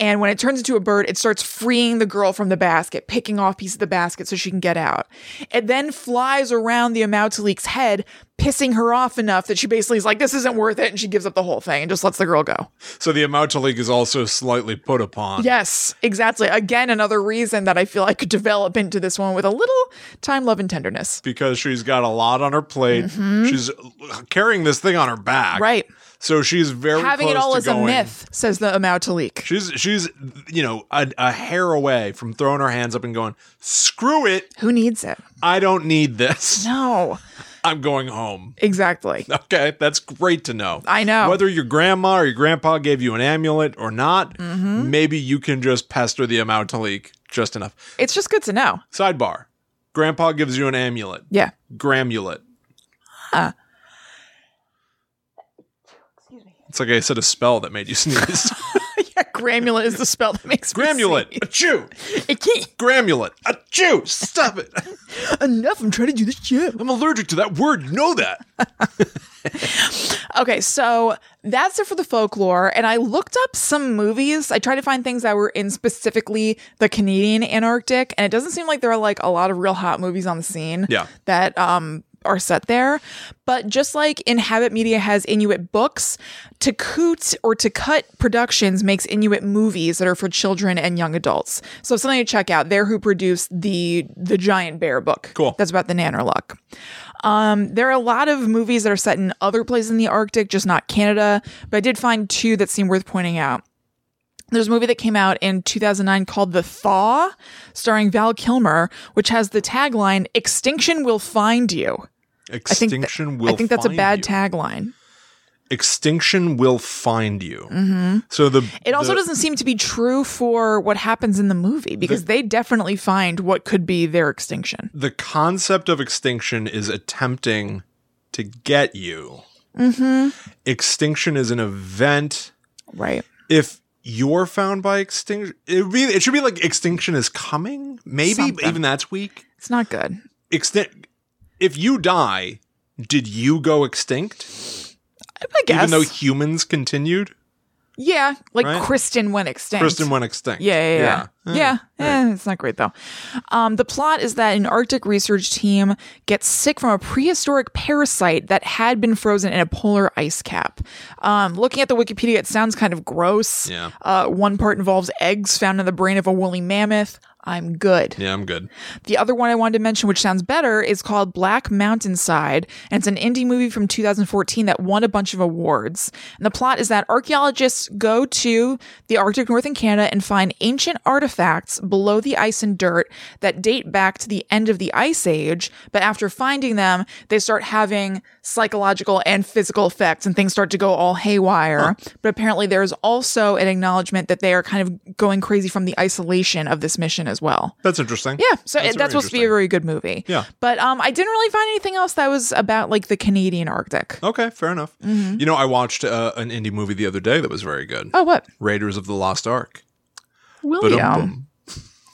[SPEAKER 1] And when it turns into a bird, it starts freeing the girl from the basket, picking off pieces of the basket so she can get out. It then flies around the Amaltalik's head, pissing her off enough that she basically is like, this isn't worth it. And she gives up the whole thing and just lets the girl go.
[SPEAKER 2] So the amount of league is also slightly put upon.
[SPEAKER 1] Yes, exactly. Again, another reason that I feel I could develop into this one with a little time, love, and tenderness.
[SPEAKER 2] Because she's got a lot on her plate. She's carrying this thing on her back.
[SPEAKER 1] Mm-hmm. Right.
[SPEAKER 2] So she's very
[SPEAKER 1] Having it
[SPEAKER 2] close
[SPEAKER 1] all
[SPEAKER 2] to
[SPEAKER 1] as a
[SPEAKER 2] going-
[SPEAKER 1] myth, says the Amount Talik.
[SPEAKER 2] She's she's you know a, a hair away from throwing her hands up and going, "Screw it,
[SPEAKER 1] Who needs it?
[SPEAKER 2] I don't need this.
[SPEAKER 1] No.
[SPEAKER 2] I'm going home."
[SPEAKER 1] Exactly.
[SPEAKER 2] Okay, that's great to know.
[SPEAKER 1] I know.
[SPEAKER 2] Whether your grandma or your grandpa gave you an amulet or not,
[SPEAKER 1] Mm-hmm.
[SPEAKER 2] maybe you can just pester the amount to leak just enough.
[SPEAKER 1] It's just good to know.
[SPEAKER 2] Sidebar: Grandpa gives you an amulet,
[SPEAKER 1] Yeah.
[SPEAKER 2] gramulet. It's like I said a spell that made you sneeze.
[SPEAKER 1] yeah, gramulet is the spell that makes me
[SPEAKER 2] gramulet,
[SPEAKER 1] sneeze.
[SPEAKER 2] a chew.
[SPEAKER 1] It can't.
[SPEAKER 2] Gramulet, a chew. Stop it.
[SPEAKER 1] Enough. I'm trying to do this show.
[SPEAKER 2] I'm allergic to that word. You know that.
[SPEAKER 1] Okay, so that's it for the folklore. And I looked up some movies. I tried to find things that were in specifically the Canadian Antarctic, and it doesn't seem like there are like a lot of real hot movies on the scene
[SPEAKER 2] Yeah.
[SPEAKER 1] that um are set there. But just like Inhabit Media has Inuit books, Takut or Takut Productions makes Inuit movies that are for children and young adults. So something to check out. They're who produced the the Giant Bear book.
[SPEAKER 2] Cool.
[SPEAKER 1] That's about the Nanorluck. Um, there are a lot of movies that are set in other places in the Arctic, just not Canada. But I did find two that seem worth pointing out. There's a movie that came out in 2009 called The Thaw, starring Val Kilmer, which has the tagline "Extinction will find you."
[SPEAKER 2] Extinction will.
[SPEAKER 1] I think that's a
[SPEAKER 2] find
[SPEAKER 1] bad
[SPEAKER 2] you.
[SPEAKER 1] tagline.
[SPEAKER 2] Extinction will find you. So the
[SPEAKER 1] Mm-hmm. It also
[SPEAKER 2] the-
[SPEAKER 1] doesn't seem to be true for what happens in the movie because they definitely find what could be their extinction.
[SPEAKER 2] the concept of extinction is attempting to get you.
[SPEAKER 1] Mm-hmm.
[SPEAKER 2] Extinction is an event.
[SPEAKER 1] Right.
[SPEAKER 2] If you're found by extinction, it would be it should be like extinction is coming. Maybe but
[SPEAKER 1] Something.
[SPEAKER 2] even that's weak.
[SPEAKER 1] It's not good.
[SPEAKER 2] Extin- If you die, did you go extinct?
[SPEAKER 1] I guess.
[SPEAKER 2] Even though humans continued,
[SPEAKER 1] yeah, like
[SPEAKER 2] Right?
[SPEAKER 1] Kristen went extinct.
[SPEAKER 2] Kristen went extinct.
[SPEAKER 1] Yeah, yeah, yeah. Yeah, eh, it's not great though. Um, the plot is that an Arctic research team gets sick from a prehistoric parasite that had been frozen in a polar ice cap. Um, looking at the Wikipedia, it sounds kind of gross.
[SPEAKER 2] Yeah.
[SPEAKER 1] Uh, one part involves eggs found in the brain of a woolly mammoth. I'm good.
[SPEAKER 2] Yeah, I'm good.
[SPEAKER 1] The other one I wanted to mention, which sounds better, is called Black Mountainside, and it's an indie movie from 2014 that won a bunch of awards. And the plot is that archaeologists go to the Arctic northern Canada and find ancient artifacts below the ice and dirt that date back to the end of the Ice Age. But after finding them, they start having psychological and physical effects, and things start to go all haywire. But apparently, there is also an acknowledgement that they are kind of going crazy from the isolation of this mission as well.
[SPEAKER 2] That's interesting.
[SPEAKER 1] Yeah, so that's,
[SPEAKER 2] very
[SPEAKER 1] supposed to be a very good movie.
[SPEAKER 2] Yeah.
[SPEAKER 1] but um, I didn't really find anything else that was about like the Canadian Arctic.
[SPEAKER 2] Okay, fair enough. You know, I watched uh, an indie movie the other day that was very good.
[SPEAKER 1] Mm-hmm. Oh, what
[SPEAKER 2] Raiders of the Lost Ark.
[SPEAKER 1] William?
[SPEAKER 2] Ba-dum-bum.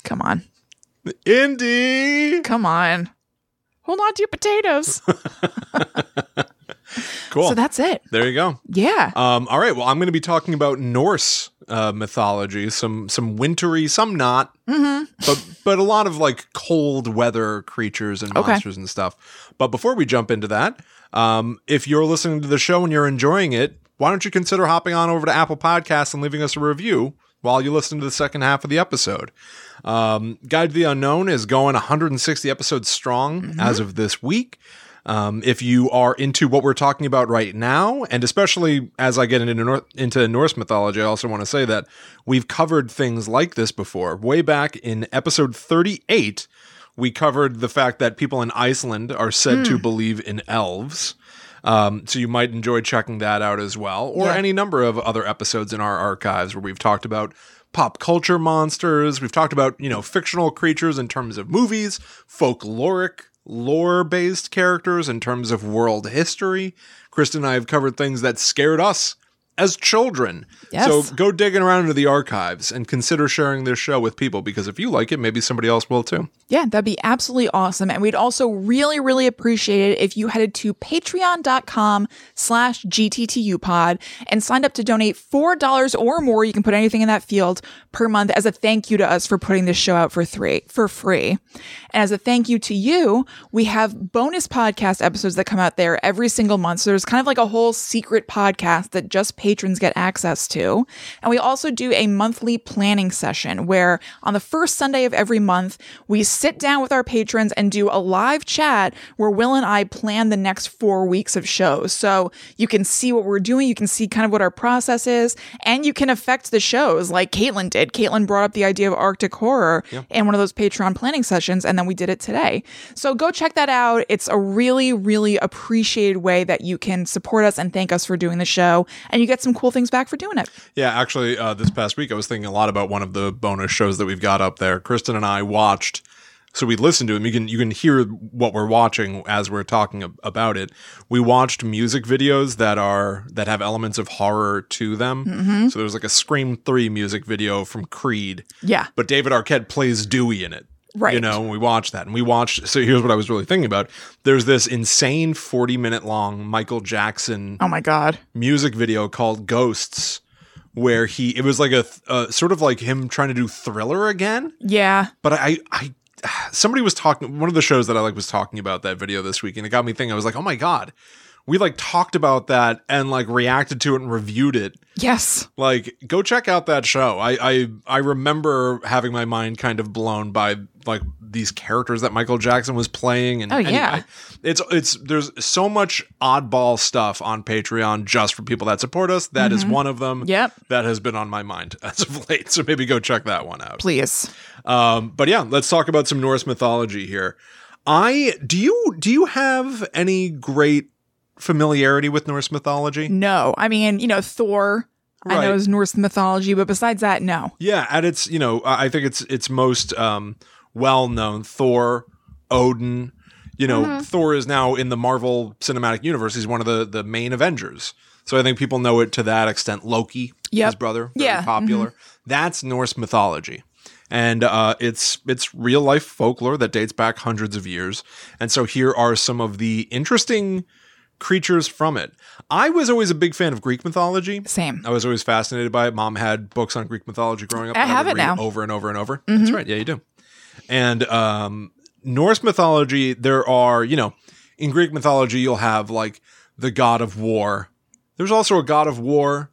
[SPEAKER 1] Come on,
[SPEAKER 2] Indy.
[SPEAKER 1] Come on. Hold on to your potatoes.
[SPEAKER 2] Cool.
[SPEAKER 1] So that's it.
[SPEAKER 2] there you go.
[SPEAKER 1] Yeah.
[SPEAKER 2] Um, all right. Well, I'm going to be talking about Norse uh, mythology. Some some wintry, some not,
[SPEAKER 1] Mm-hmm.
[SPEAKER 2] but but a lot of like cold weather creatures and
[SPEAKER 1] Okay.
[SPEAKER 2] monsters and stuff. But before we jump into that, um, if you're listening to the show and you're enjoying it, why don't you consider hopping on over to Apple Podcasts and leaving us a review while you listen to the second half of the episode? Um, Guide to the Unknown is going 160 episodes strong
[SPEAKER 1] Mm-hmm.
[SPEAKER 2] as of this week. Um, if you are into what we're talking about right now, and especially as I get into Nor- into Norse mythology, I also want to say that we've covered things like this before. Way back in episode 38, we covered the fact that people in Iceland are said to believe in elves. Um, so you might enjoy checking that out as well, or
[SPEAKER 1] Yeah.
[SPEAKER 2] any number of other episodes in our archives where we've talked about pop culture monsters. We've talked about you know fictional creatures in terms of movies, folkloric lore based characters in terms of world history. Kristen and I have covered things that scared us as children.
[SPEAKER 1] Yes.
[SPEAKER 2] So go digging around into the archives and consider sharing this show with people because if you like it, maybe somebody else will too.
[SPEAKER 1] Yeah, that'd be absolutely awesome. And we'd also really, really appreciate it if you headed to patreon.com slash GTTU pod and signed up to donate $4 or more. You can put anything in that field per month as a thank you to us for putting this show out for three, for free. And as a thank you to you, we have bonus podcast episodes that come out there every single month. So there's kind of like a whole secret podcast that just patrons get access to. And we also do a monthly planning session where on the first Sunday of every month, we sit down with our patrons and do a live chat where Will and I plan the next four weeks of shows. So you can see what we're doing, you can see kind of what our process is, and you can affect the shows like Caitlin did. Caitlin brought up the idea of Arctic horror in one of those Patreon planning sessions, and then we did it today. So go check that out. It's a really, really appreciated way that you can support us and thank us for doing the show, and you get some cool things back for doing it.
[SPEAKER 2] Yeah, actually, uh, this past week I was thinking a lot about one of the bonus shows that we've got up there. Kristen and I watched, so we listened to them. You can you can hear what we're watching as we're talking ab- about it. We watched music videos that are that have elements of horror to them. So there's like a Scream Three music video from Creed,
[SPEAKER 1] Yeah.
[SPEAKER 2] but David Arquette plays Dewey in it. You
[SPEAKER 1] Right.
[SPEAKER 2] know, and we watched that, and we watched. So here's what I was really thinking about. There's this insane 40 minute long Michael Jackson
[SPEAKER 1] Oh my God.
[SPEAKER 2] music video called Ghosts, where he it was like a, th- uh sort of like him trying to do Thriller again.
[SPEAKER 1] Yeah.
[SPEAKER 2] But I I somebody was talking one of the shows that I like was talking about that video this week, and it got me thinking. I was like, oh my god, we like talked about that and like reacted to it and reviewed it.
[SPEAKER 1] Yes.
[SPEAKER 2] Like, go check out that show. I I I remember having my mind kind of blown by like these characters that Michael Jackson was playing and
[SPEAKER 1] Oh, yeah.
[SPEAKER 2] anyway, it's it's there's so much oddball stuff on Patreon just for people that support us. That is one of them.
[SPEAKER 1] Mm-hmm. Yep.
[SPEAKER 2] That has been on my mind as of late. So maybe go check that one out.
[SPEAKER 1] Please.
[SPEAKER 2] Um, but yeah, let's talk about some Norse mythology here. I do you do you have any great familiarity with Norse mythology?
[SPEAKER 1] No. I mean, you know, Thor, I
[SPEAKER 2] Right.
[SPEAKER 1] know is Norse mythology, but besides that, no.
[SPEAKER 2] Yeah, at its you know, I I think it's it's most um, well known Thor, Odin. You know,
[SPEAKER 1] Mm-hmm.
[SPEAKER 2] Thor is now in the Marvel Cinematic Universe. He's one of the the main Avengers. So I think people know it to that extent. Loki,
[SPEAKER 1] Yep.
[SPEAKER 2] his brother, very
[SPEAKER 1] Yeah, Mm-hmm.
[SPEAKER 2] popular. That's Norse mythology. And uh, it's it's real life folklore that dates back hundreds of years, and so here are some of the interesting creatures from it. I was always a big fan of Greek mythology.
[SPEAKER 1] Same.
[SPEAKER 2] I was always fascinated by it. Mom had books on Greek mythology growing up.
[SPEAKER 1] I
[SPEAKER 2] that
[SPEAKER 1] have
[SPEAKER 2] would
[SPEAKER 1] it
[SPEAKER 2] read
[SPEAKER 1] now. Mm-hmm.
[SPEAKER 2] Over and over and over. That's right. Yeah, you do. And um, Norse mythology, there are, you know, in Greek mythology, you'll have like the god of war. There's also a god of war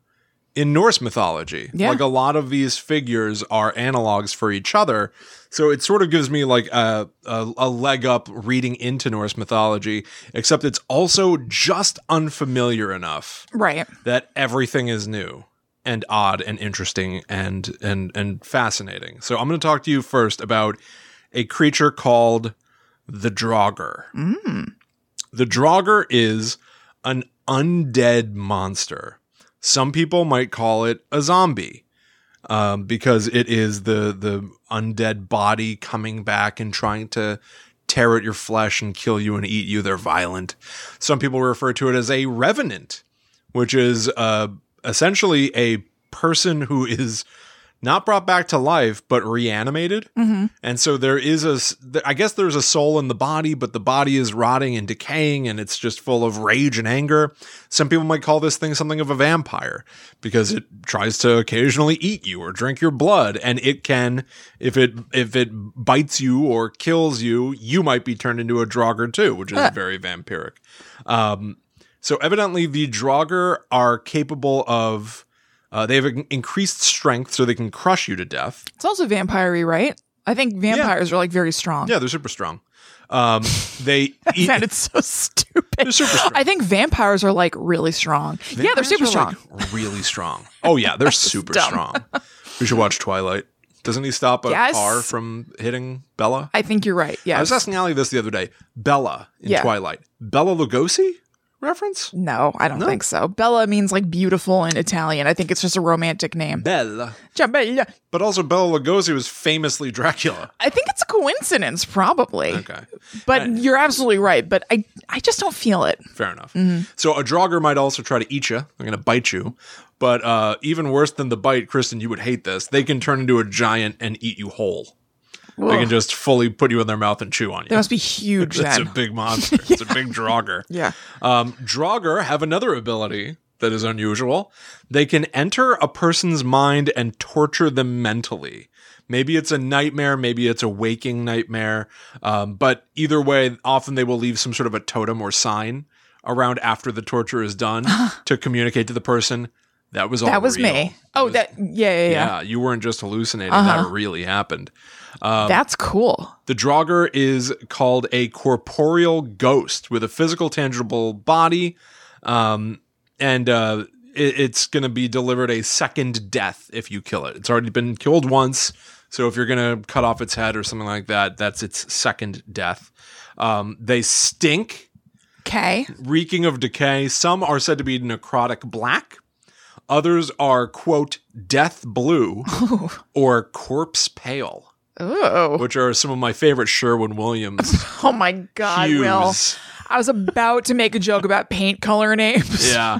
[SPEAKER 2] in Norse mythology.
[SPEAKER 1] Yeah.
[SPEAKER 2] Like a lot of these figures are analogs for each other. So it sort of gives me like a, a, a leg up reading into Norse mythology, except it's also just unfamiliar enough
[SPEAKER 1] Right.
[SPEAKER 2] that everything is new and odd and interesting and and and fascinating. So I'm going to talk to you first about a creature called the Draugr.
[SPEAKER 1] Mm-hmm.
[SPEAKER 2] The Draugr is an undead monster. Some people might call it a zombie um, because it is the the undead body coming back and trying to tear at your flesh and kill you and eat you. They're violent. Some people refer to it as a revenant, which is uh, essentially a person who is not brought back to life, but reanimated.
[SPEAKER 1] Mm-hmm.
[SPEAKER 2] And so there is a, s- th- I guess there's a soul in the body, but the body is rotting and decaying and it's just full of rage and anger. Some people might call this thing something of a vampire because it tries to occasionally eat you or drink your blood. And it can, if it, if it bites you or kills you, you might be turned into a Draugr too, which is
[SPEAKER 1] Huh.
[SPEAKER 2] very vampiric. Um, so evidently the Draugr are capable of, uh, they have in- increased strength so they can crush you to death.
[SPEAKER 1] It's also vampire right? I think vampires are like very strong.
[SPEAKER 2] Yeah, they're super strong. Um, they eat.
[SPEAKER 1] Man, it's so stupid.
[SPEAKER 2] They're super strong.
[SPEAKER 1] I think vampires are like really strong. yeah, they're
[SPEAKER 2] Vampires
[SPEAKER 1] super
[SPEAKER 2] are,
[SPEAKER 1] strong.
[SPEAKER 2] like, really strong. Oh yeah, they're super
[SPEAKER 1] dumb.
[SPEAKER 2] strong. We should watch Twilight. Doesn't he stop a
[SPEAKER 1] Yes.
[SPEAKER 2] car from hitting Bella?
[SPEAKER 1] I think you're right.
[SPEAKER 2] I
[SPEAKER 1] Yeah.
[SPEAKER 2] was asking Ali this the other day. Bella in
[SPEAKER 1] Yeah.
[SPEAKER 2] Twilight. Bella Lugosi reference?
[SPEAKER 1] No, I don't think so. Bella means like beautiful in Italian. I think it's just a romantic name.
[SPEAKER 2] Bella.
[SPEAKER 1] Ciao, Bella.
[SPEAKER 2] But also Bella Lugosi was famously Dracula.
[SPEAKER 1] I think it's a coincidence, probably.
[SPEAKER 2] Okay.
[SPEAKER 1] But you're absolutely right. But I, I just don't feel it.
[SPEAKER 2] Fair enough.
[SPEAKER 1] Mm-hmm.
[SPEAKER 2] So a Draugr might also try to eat you. They're going to bite you. But uh, even worse than the bite, Kristen, you would hate this. They can turn into a giant and eat you whole. They
[SPEAKER 1] Ugh.
[SPEAKER 2] can just fully put you in their mouth and chew on
[SPEAKER 1] They
[SPEAKER 2] you.
[SPEAKER 1] must be huge
[SPEAKER 2] It's a
[SPEAKER 1] then.
[SPEAKER 2] big monster. It's a big Draugr.
[SPEAKER 1] yeah.
[SPEAKER 2] Um, Draugr have another ability that is unusual. They can enter a person's mind and torture them mentally. Maybe it's a nightmare, maybe it's a waking nightmare. Um, but either way, often they will leave some sort of a totem or sign around after the torture is done to communicate to the person that was all
[SPEAKER 1] That was
[SPEAKER 2] real."
[SPEAKER 1] me. Oh,
[SPEAKER 2] was-
[SPEAKER 1] that, yeah, yeah, Uh-huh. yeah.
[SPEAKER 2] yeah, you weren't just hallucinating. That really happened. Um,
[SPEAKER 1] That's cool.
[SPEAKER 2] The Draugr is called a corporeal ghost with a physical, tangible body, um, and uh, it- it's going to be delivered a second death if you kill it. It's already been killed once, so if you're going to cut off its head or something like that, that's its second death. Um, they stink,
[SPEAKER 1] Okay.
[SPEAKER 2] reeking of decay. Some are said to be necrotic black. Others are quote death blue or corpse pale,
[SPEAKER 1] Oh.
[SPEAKER 2] which are some of my favorite Sherwin Williams
[SPEAKER 1] Oh my God, Will.
[SPEAKER 2] Hughes.
[SPEAKER 1] I was about to make a joke about paint color names.
[SPEAKER 2] Yeah.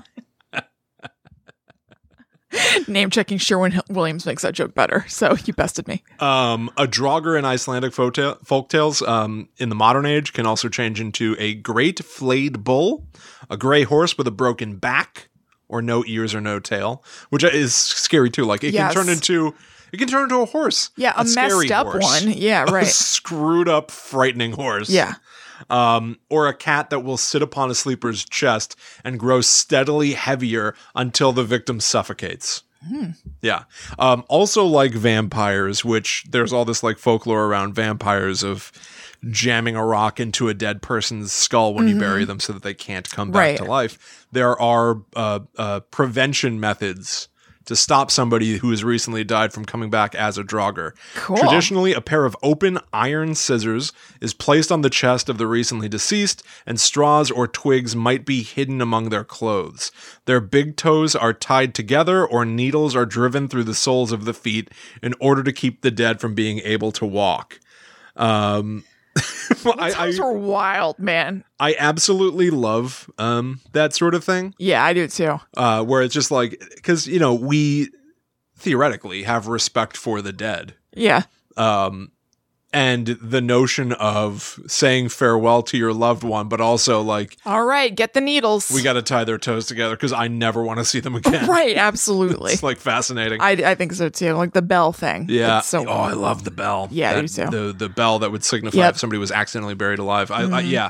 [SPEAKER 1] Name checking Sherwin Hill- Williams makes that joke better. So you bested me.
[SPEAKER 2] Um, a Draugr in Icelandic folktale- folktales um, in the modern age can also change into a great flayed bull, a gray horse with a broken back, or no ears or no tail, which is scary too. Like it
[SPEAKER 1] Yes.
[SPEAKER 2] can turn into it can turn into a horse.
[SPEAKER 1] Yeah, a,
[SPEAKER 2] scary
[SPEAKER 1] messed up
[SPEAKER 2] horse.
[SPEAKER 1] one. Yeah,
[SPEAKER 2] A
[SPEAKER 1] right.
[SPEAKER 2] screwed up, frightening horse.
[SPEAKER 1] yeah.
[SPEAKER 2] um, or a cat that will sit upon a sleeper's chest and grow steadily heavier until the victim suffocates. Yeah. Um, also, like vampires, which there's all this like folklore around vampires of jamming a rock into a dead person's skull when you bury them so that they can't come back
[SPEAKER 1] Right.
[SPEAKER 2] to life. There are uh, uh, prevention methods to stop somebody who has recently died from coming back as a Draugr.
[SPEAKER 1] Cool.
[SPEAKER 2] Traditionally, a pair of open iron scissors is placed on the chest of the recently deceased, and straws or twigs might be hidden among their clothes. Their big toes are tied together, or needles are driven through the soles of the feet in order to keep the dead from being able to walk. Um, I,
[SPEAKER 1] Times
[SPEAKER 2] I,
[SPEAKER 1] were wild, man.
[SPEAKER 2] I absolutely love um, that sort of thing
[SPEAKER 1] Yeah, I do too.
[SPEAKER 2] uh, where it's just like because you know we theoretically have respect for the dead
[SPEAKER 1] Yeah.
[SPEAKER 2] um, and the notion of saying farewell to your loved one but also like
[SPEAKER 1] All right, get the needles.
[SPEAKER 2] we got to tie their toes together because i never want to see them again
[SPEAKER 1] right, absolutely.
[SPEAKER 2] it's like fascinating
[SPEAKER 1] I, I think so too. Like the bell thing.
[SPEAKER 2] yeah
[SPEAKER 1] It's so
[SPEAKER 2] oh i love the bell
[SPEAKER 1] Yeah, I do
[SPEAKER 2] That-
[SPEAKER 1] too.
[SPEAKER 2] the the bell that would signify
[SPEAKER 1] Yep.
[SPEAKER 2] if somebody was accidentally buried alive i, I
[SPEAKER 1] Mhm.
[SPEAKER 2] yeah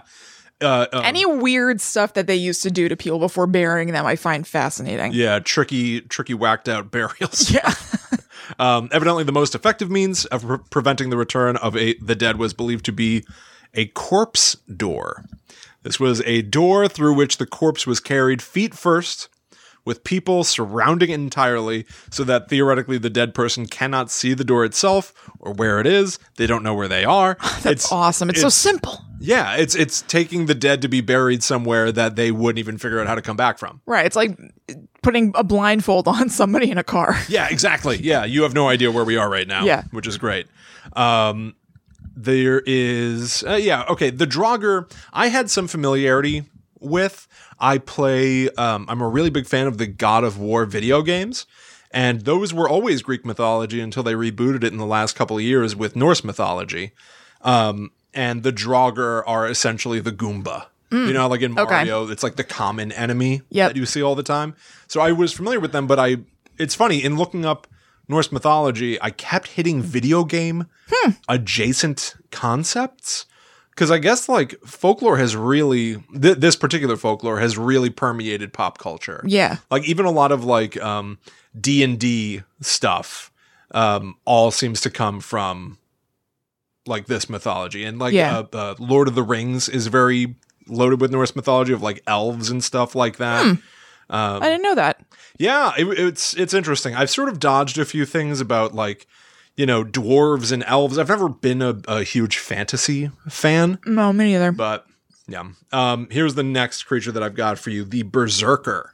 [SPEAKER 2] uh, um,
[SPEAKER 1] Any weird stuff that they used to do to people before burying them, I find fascinating.
[SPEAKER 2] yeah tricky tricky whacked out burials
[SPEAKER 1] Yeah.
[SPEAKER 2] Um, evidently, the most effective means of pre- preventing the return of a the dead was believed to be a corpse door. This was a door through which the corpse was carried feet first, with people surrounding it entirely, so that theoretically the dead person cannot see the door itself or where it is. They don't know where they are.
[SPEAKER 1] That's awesome. It's, so simple.
[SPEAKER 2] Yeah, it's it's taking the dead to be buried somewhere that they wouldn't even figure out how to come back from.
[SPEAKER 1] Right. It's like putting a blindfold on somebody in a car.
[SPEAKER 2] Yeah, exactly. Yeah, you have no idea where we are right now.
[SPEAKER 1] Yeah.
[SPEAKER 2] which is great. Um, there is, uh, yeah, okay. The Draugr, I had some familiarity with. I play. Um, I'm a really big fan of the God of War video games, And those were always Greek mythology until they rebooted it in the last couple of years with Norse mythology. Um, and the Draugr are essentially the Goomba. You know, like in
[SPEAKER 1] Mm. Okay.
[SPEAKER 2] Mario, it's like the common enemy
[SPEAKER 1] Yep.
[SPEAKER 2] that you see all the time. So I was familiar with them, but I it's funny in looking up Norse mythology, I kept hitting video game
[SPEAKER 1] Hmm.
[SPEAKER 2] adjacent concepts because I guess like folklore has really th- this particular folklore has really permeated pop culture.
[SPEAKER 1] Yeah.
[SPEAKER 2] like even a lot of like um D and D stuff um all seems to come from like this mythology and like
[SPEAKER 1] Yeah.
[SPEAKER 2] uh, uh, Lord of the Rings is very loaded with Norse mythology of like elves and stuff like that. Um,
[SPEAKER 1] I didn't know that.
[SPEAKER 2] Yeah, it, it's it's interesting. I've sort of dodged a few things about like you know dwarves and elves. I've never been a, a huge fantasy fan,
[SPEAKER 1] No, me neither.
[SPEAKER 2] but yeah. Um, here's the next creature that I've got for you: the berserker,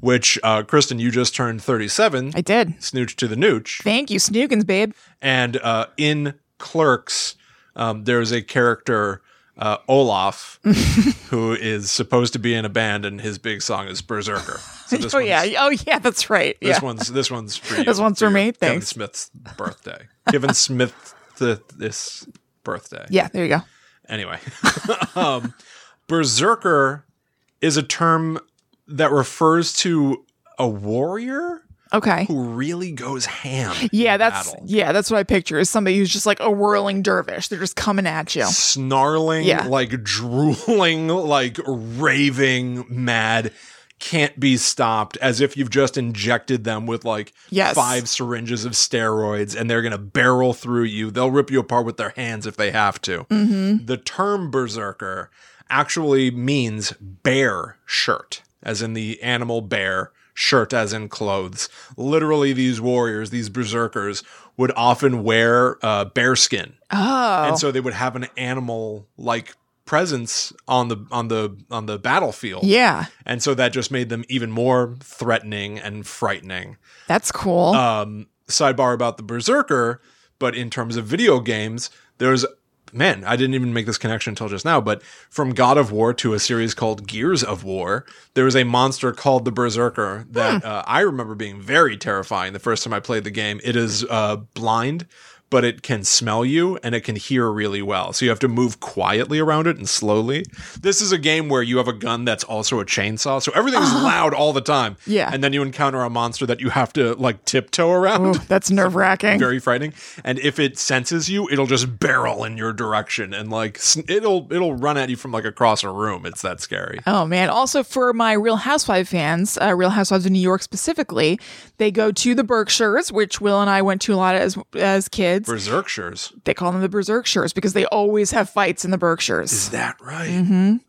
[SPEAKER 2] which uh, Kristen, you just turned 37.
[SPEAKER 1] Hmm. I did.
[SPEAKER 2] Snooch to the nooch,
[SPEAKER 1] Thank you, Snookins, babe.
[SPEAKER 2] and uh, in Clerks, um, there's a character. Uh, Olaf, who is supposed to be in a band, and his big song is Berserker. So this
[SPEAKER 1] oh
[SPEAKER 2] one's-
[SPEAKER 1] yeah. Oh yeah. That's right.
[SPEAKER 2] this
[SPEAKER 1] Yeah.
[SPEAKER 2] one's this one's for you.
[SPEAKER 1] This one's for me,
[SPEAKER 2] your Kevin
[SPEAKER 1] thanks.
[SPEAKER 2] Smith's birthday. Kevin Smith th- this birthday.
[SPEAKER 1] yeah. There you go.
[SPEAKER 2] Anyway, um, berserker is a term that refers to a warrior
[SPEAKER 1] Okay.
[SPEAKER 2] who really goes ham. in
[SPEAKER 1] Yeah, that's
[SPEAKER 2] battle.
[SPEAKER 1] yeah, that's what I picture is somebody who's just like a whirling dervish. They're just coming at you.
[SPEAKER 2] snarling,
[SPEAKER 1] Yeah.
[SPEAKER 2] like drooling, like raving mad. Can't be stopped as if you've just injected them with like
[SPEAKER 1] Yes.
[SPEAKER 2] five syringes of steroids and they're going to barrel through you. They'll rip you apart with their hands if they have to.
[SPEAKER 1] Mm-hmm.
[SPEAKER 2] The term berserker actually means bear shirt, as in the animal bear shirt, as in clothes. Literally, these warriors, these berserkers, would often wear uh, bear skin
[SPEAKER 1] Oh.
[SPEAKER 2] and so they would have an animal like presence on the on the on the battlefield
[SPEAKER 1] Yeah.
[SPEAKER 2] and so that just made them even more threatening and frightening
[SPEAKER 1] That's cool.
[SPEAKER 2] um sidebar about the berserker but in terms of video games there's man i didn't even make this connection until just now but from god of war to a series called gears of war there was a monster called the berserker that uh, i remember being very terrifying the first time i played the game it is uh, blind but it can smell you and it can hear really well so you have to move quietly around it and slowly this is a game where you have a gun that's also a chainsaw so everything's loud all the time
[SPEAKER 1] Yeah.
[SPEAKER 2] and then you encounter a monster that you have to like tiptoe around
[SPEAKER 1] Ooh, that's nerve wracking.
[SPEAKER 2] very frightening and if it senses you it'll just barrel in your direction and like sn- it'll it'll run at you from like across a room it's that scary
[SPEAKER 1] Oh man! Also for my Real Housewives fans, uh, Real Housewives of New York specifically, they go to the Berkshires, which Will and I went to a lot as as kids.
[SPEAKER 2] berserkshires
[SPEAKER 1] they call them the Berserkshires because they always have fights in the Berkshires.
[SPEAKER 2] is that right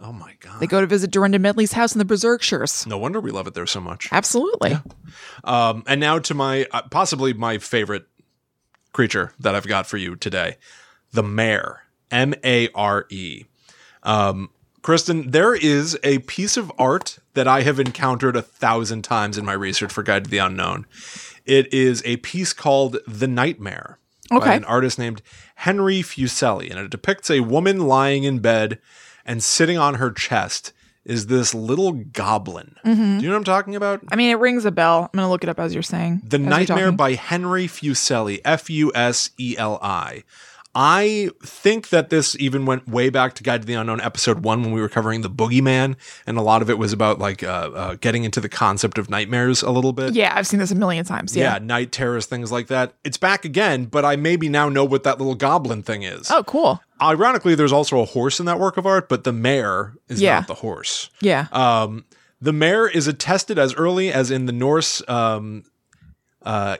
[SPEAKER 2] oh my god
[SPEAKER 1] They go to visit Dorinda Medley's house in the Berserkshires.
[SPEAKER 2] no wonder we love it there so much
[SPEAKER 1] Absolutely.
[SPEAKER 2] um and now to my uh, possibly my favorite creature that i've got for you today the mare m-a-r-e E. um Kristen, there is a piece of art that I have encountered a thousand times in my research for Guide to the Unknown. It is a piece called The Nightmare by
[SPEAKER 1] Okay.
[SPEAKER 2] an artist named Henry Fuseli, and it depicts a woman lying in bed and sitting on her chest is this little goblin. Do you know what I'm talking about?
[SPEAKER 1] I mean, it rings a bell. I'm gonna look it up as you're saying.
[SPEAKER 2] The
[SPEAKER 1] as you're
[SPEAKER 2] Nightmare
[SPEAKER 1] talking.
[SPEAKER 2] by Henry Fuseli, F U S E L I. I think that this even went way back to Guide to the Unknown, episode one, when we were covering the Boogeyman, and a lot of it was about like uh, uh, getting into the concept of nightmares a little bit.
[SPEAKER 1] Yeah, I've seen this a million times.
[SPEAKER 2] Yeah,
[SPEAKER 1] Yeah.
[SPEAKER 2] night terrors, things like that. It's back again, but I maybe now know what that little goblin thing is.
[SPEAKER 1] Oh, cool.
[SPEAKER 2] Ironically, there's also a horse in that work of art, but the mare is
[SPEAKER 1] Yeah.
[SPEAKER 2] not the horse.
[SPEAKER 1] Yeah.
[SPEAKER 2] Um, the mare is attested as early as in the Norse um, uh,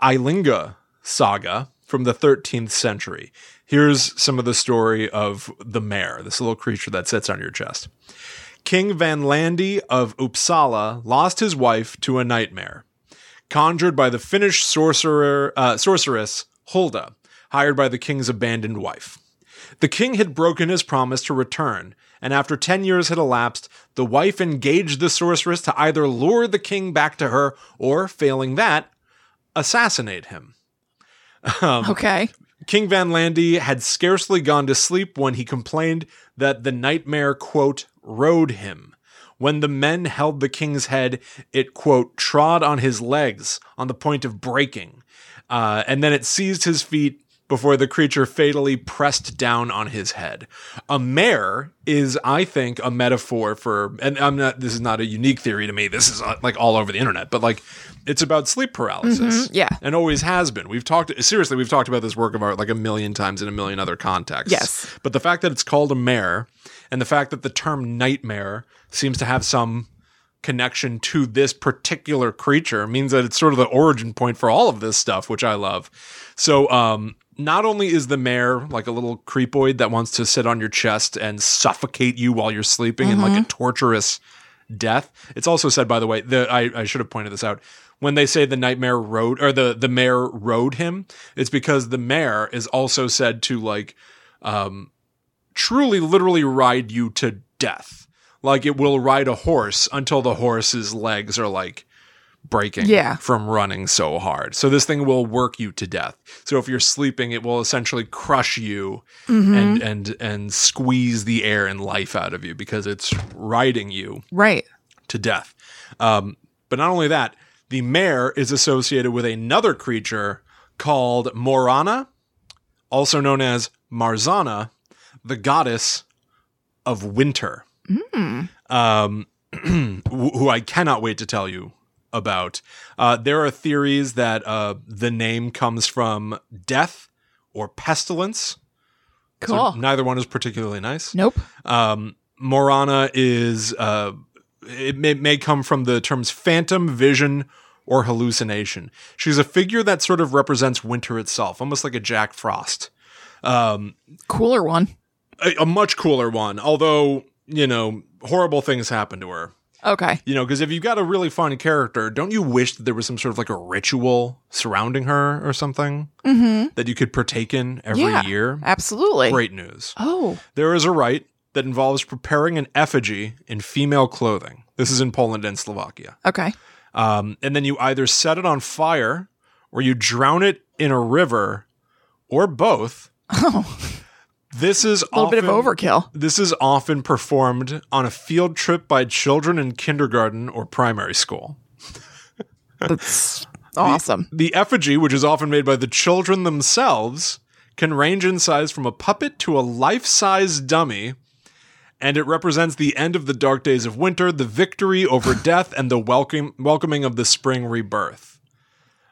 [SPEAKER 2] Eilinga saga from the 13th century. Here's some of the story of the mare, this little creature that sits on your chest. King Van Landy of Uppsala lost his wife to a nightmare conjured by the Finnish sorcerer uh, sorceress Hulda, hired by the king's abandoned wife. The king had broken his promise to return, and after 10 years had elapsed, the wife engaged the sorceress to either lure the king back to her or, failing that, assassinate him.
[SPEAKER 1] okay.
[SPEAKER 2] King Van Landy had scarcely gone to sleep when he complained that the nightmare, quote, rode him. When the men held the king's head, it, quote, trod on his legs on the point of breaking. Uh, and then it seized his feet before the creature fatally pressed down on his head. A mare is, I think, a metaphor for, and I'm not, this is not a unique theory to me. This is uh, like all over the internet, but like it's about sleep paralysis.
[SPEAKER 1] yeah.
[SPEAKER 2] And always has been. We've talked, seriously, we've talked about this work of art like a million times in a million other contexts.
[SPEAKER 1] Yes.
[SPEAKER 2] But the fact that it's called a mare and the fact that the term nightmare seems to have some connection to this particular creature means that it's sort of the origin point for all of this stuff, which I love. So, um, not only is the mare like a little creepoid that wants to sit on your chest and suffocate you while you're sleeping in like a torturous death. It's also said, by the way, the I, I should have pointed this out. When they say the nightmare rode or the the mare rode him, it's because the mare is also said to like um, truly literally ride you to death. Like it will ride a horse until the horse's legs are like breaking
[SPEAKER 1] Yeah.
[SPEAKER 2] from running so hard. So this thing will work you to death. So if you're sleeping, it will essentially crush you
[SPEAKER 1] Mm-hmm.
[SPEAKER 2] and and and squeeze the air and life out of you because it's riding you
[SPEAKER 1] Right.
[SPEAKER 2] to death. Um, but not only that, the mare is associated with another creature called Morana, also known as Marzana, the goddess of winter, um, who who I cannot wait to tell you about. Uh, there are theories that uh, the name comes from death or pestilence. So
[SPEAKER 1] Cool.
[SPEAKER 2] neither one is particularly nice.
[SPEAKER 1] nope.
[SPEAKER 2] Um, Morana is uh, it may, may come from the terms phantom, vision, or hallucination. She's a figure that sort of represents winter itself, almost like a Jack Frost. Um,
[SPEAKER 1] Cooler one.
[SPEAKER 2] A, a much cooler one, although you know horrible things happen to her.
[SPEAKER 1] Okay.
[SPEAKER 2] You know, because if you've got a really fun character, don't you wish that there was some sort of like a ritual surrounding her or something that you could partake in every
[SPEAKER 1] Yeah.
[SPEAKER 2] year?
[SPEAKER 1] Mm-hmm. Absolutely.
[SPEAKER 2] Great news.
[SPEAKER 1] Oh.
[SPEAKER 2] There is a rite that involves preparing an effigy in female clothing. This is in Poland and Slovakia.
[SPEAKER 1] Okay.
[SPEAKER 2] Um, and then you either set it on fire or you drown it in a river or both.
[SPEAKER 1] Oh,
[SPEAKER 2] This is
[SPEAKER 1] a little bit of
[SPEAKER 2] often-
[SPEAKER 1] overkill.
[SPEAKER 2] This is often performed on a field trip by children in kindergarten or primary school.
[SPEAKER 1] That's awesome.
[SPEAKER 2] The effigy, which is often made by the children themselves, can range in size from a puppet to a life size dummy, and it represents the end of the dark days of winter, the victory over death, and the welcome, welcoming of the spring rebirth.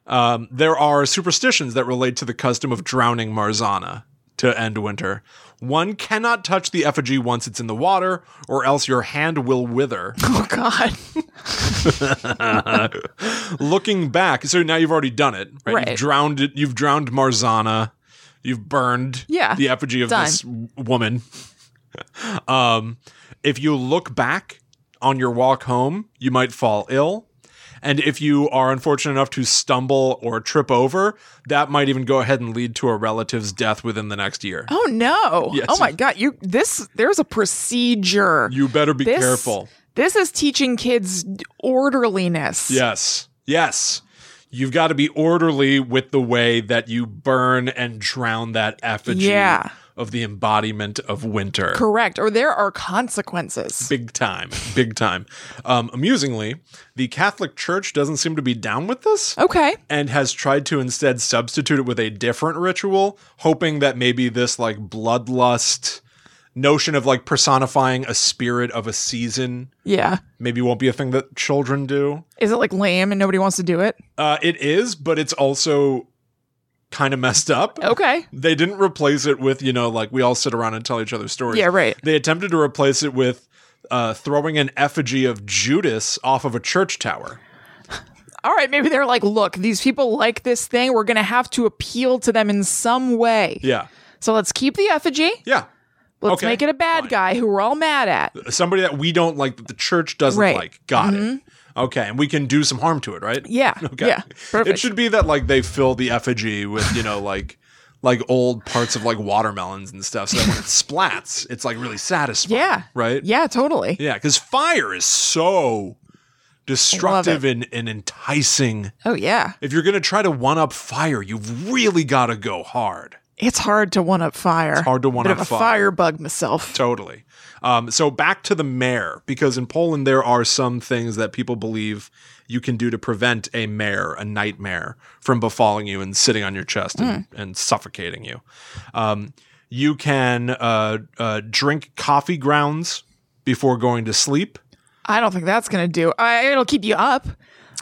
[SPEAKER 2] Um, there are superstitions that relate to the custom of drowning Marzana to end winter. One cannot touch the effigy once it's in the water, or else your hand will wither.
[SPEAKER 1] Oh God.
[SPEAKER 2] looking back so now you've already done it right,
[SPEAKER 1] Right.
[SPEAKER 2] You've drowned it you've drowned marzana you've burned
[SPEAKER 1] Yeah.
[SPEAKER 2] the effigy of
[SPEAKER 1] Done.
[SPEAKER 2] this w- woman um if you look back on your walk home you might fall ill and if you are unfortunate enough to stumble or trip over that might even go ahead and lead to a relative's death within the next year
[SPEAKER 1] Oh no.
[SPEAKER 2] Yes.
[SPEAKER 1] Oh my God. You. This. There's a procedure.
[SPEAKER 2] you better be
[SPEAKER 1] this,
[SPEAKER 2] careful
[SPEAKER 1] This is teaching kids orderliness.
[SPEAKER 2] Yes. Yes. You've got to be orderly with the way that you burn and drown that effigy
[SPEAKER 1] Yeah.
[SPEAKER 2] of the embodiment of winter.
[SPEAKER 1] Correct. Or there are consequences.
[SPEAKER 2] Big time. Big time. Um, amusingly, the Catholic Church doesn't seem to be down with this
[SPEAKER 1] Okay.
[SPEAKER 2] and has tried to instead substitute it with a different ritual, hoping that maybe this like bloodlust notion of like personifying a spirit of a season
[SPEAKER 1] Yeah.
[SPEAKER 2] maybe won't be a thing that children do.
[SPEAKER 1] Is it like lame and nobody wants to do it?
[SPEAKER 2] Uh, it is, but it's also kind of messed up.
[SPEAKER 1] Okay.
[SPEAKER 2] They didn't replace it with, you know, like we all sit around and tell each other stories.
[SPEAKER 1] Yeah. Right.
[SPEAKER 2] They attempted to replace it with uh, throwing an effigy of Judas off of a church tower.
[SPEAKER 1] All right. Maybe they're like, look, these people like this thing. We're gonna have to appeal to them in some way.
[SPEAKER 2] Yeah.
[SPEAKER 1] So let's keep the effigy.
[SPEAKER 2] Yeah.
[SPEAKER 1] Let's
[SPEAKER 2] Okay,
[SPEAKER 1] make it a bad
[SPEAKER 2] fine. Uh,
[SPEAKER 1] guy who we're all mad at.
[SPEAKER 2] Somebody that we don't like, that the church doesn't
[SPEAKER 1] Right. Mm-hmm.
[SPEAKER 2] like. Got it. Okay. And we can do some harm to it, right?
[SPEAKER 1] Yeah.
[SPEAKER 2] Okay.
[SPEAKER 1] Yeah. Perfect.
[SPEAKER 2] It should be that, like, they fill the effigy with, you know, like. Like old parts of like watermelons and stuff, so that when it splats, it's like really satisfying.
[SPEAKER 1] Yeah.
[SPEAKER 2] Right?
[SPEAKER 1] yeah, totally.
[SPEAKER 2] Yeah, because fire is so destructive and, and enticing.
[SPEAKER 1] Oh yeah.
[SPEAKER 2] If you're going to try to one up fire, you've really got to go hard.
[SPEAKER 1] It's hard to one up fire.
[SPEAKER 2] hard to one-up
[SPEAKER 1] Bit of a
[SPEAKER 2] fire.
[SPEAKER 1] bug myself.
[SPEAKER 2] Totally. Um, so back to the mayor, because in Poland there are some things that people believe you can do to prevent a mare, a nightmare, from befalling you and sitting on your chest and,
[SPEAKER 1] Hmm.
[SPEAKER 2] and suffocating you. Um, you can uh, uh, drink coffee grounds before going to sleep.
[SPEAKER 1] I don't think that's gonna do. I, it'll keep you up,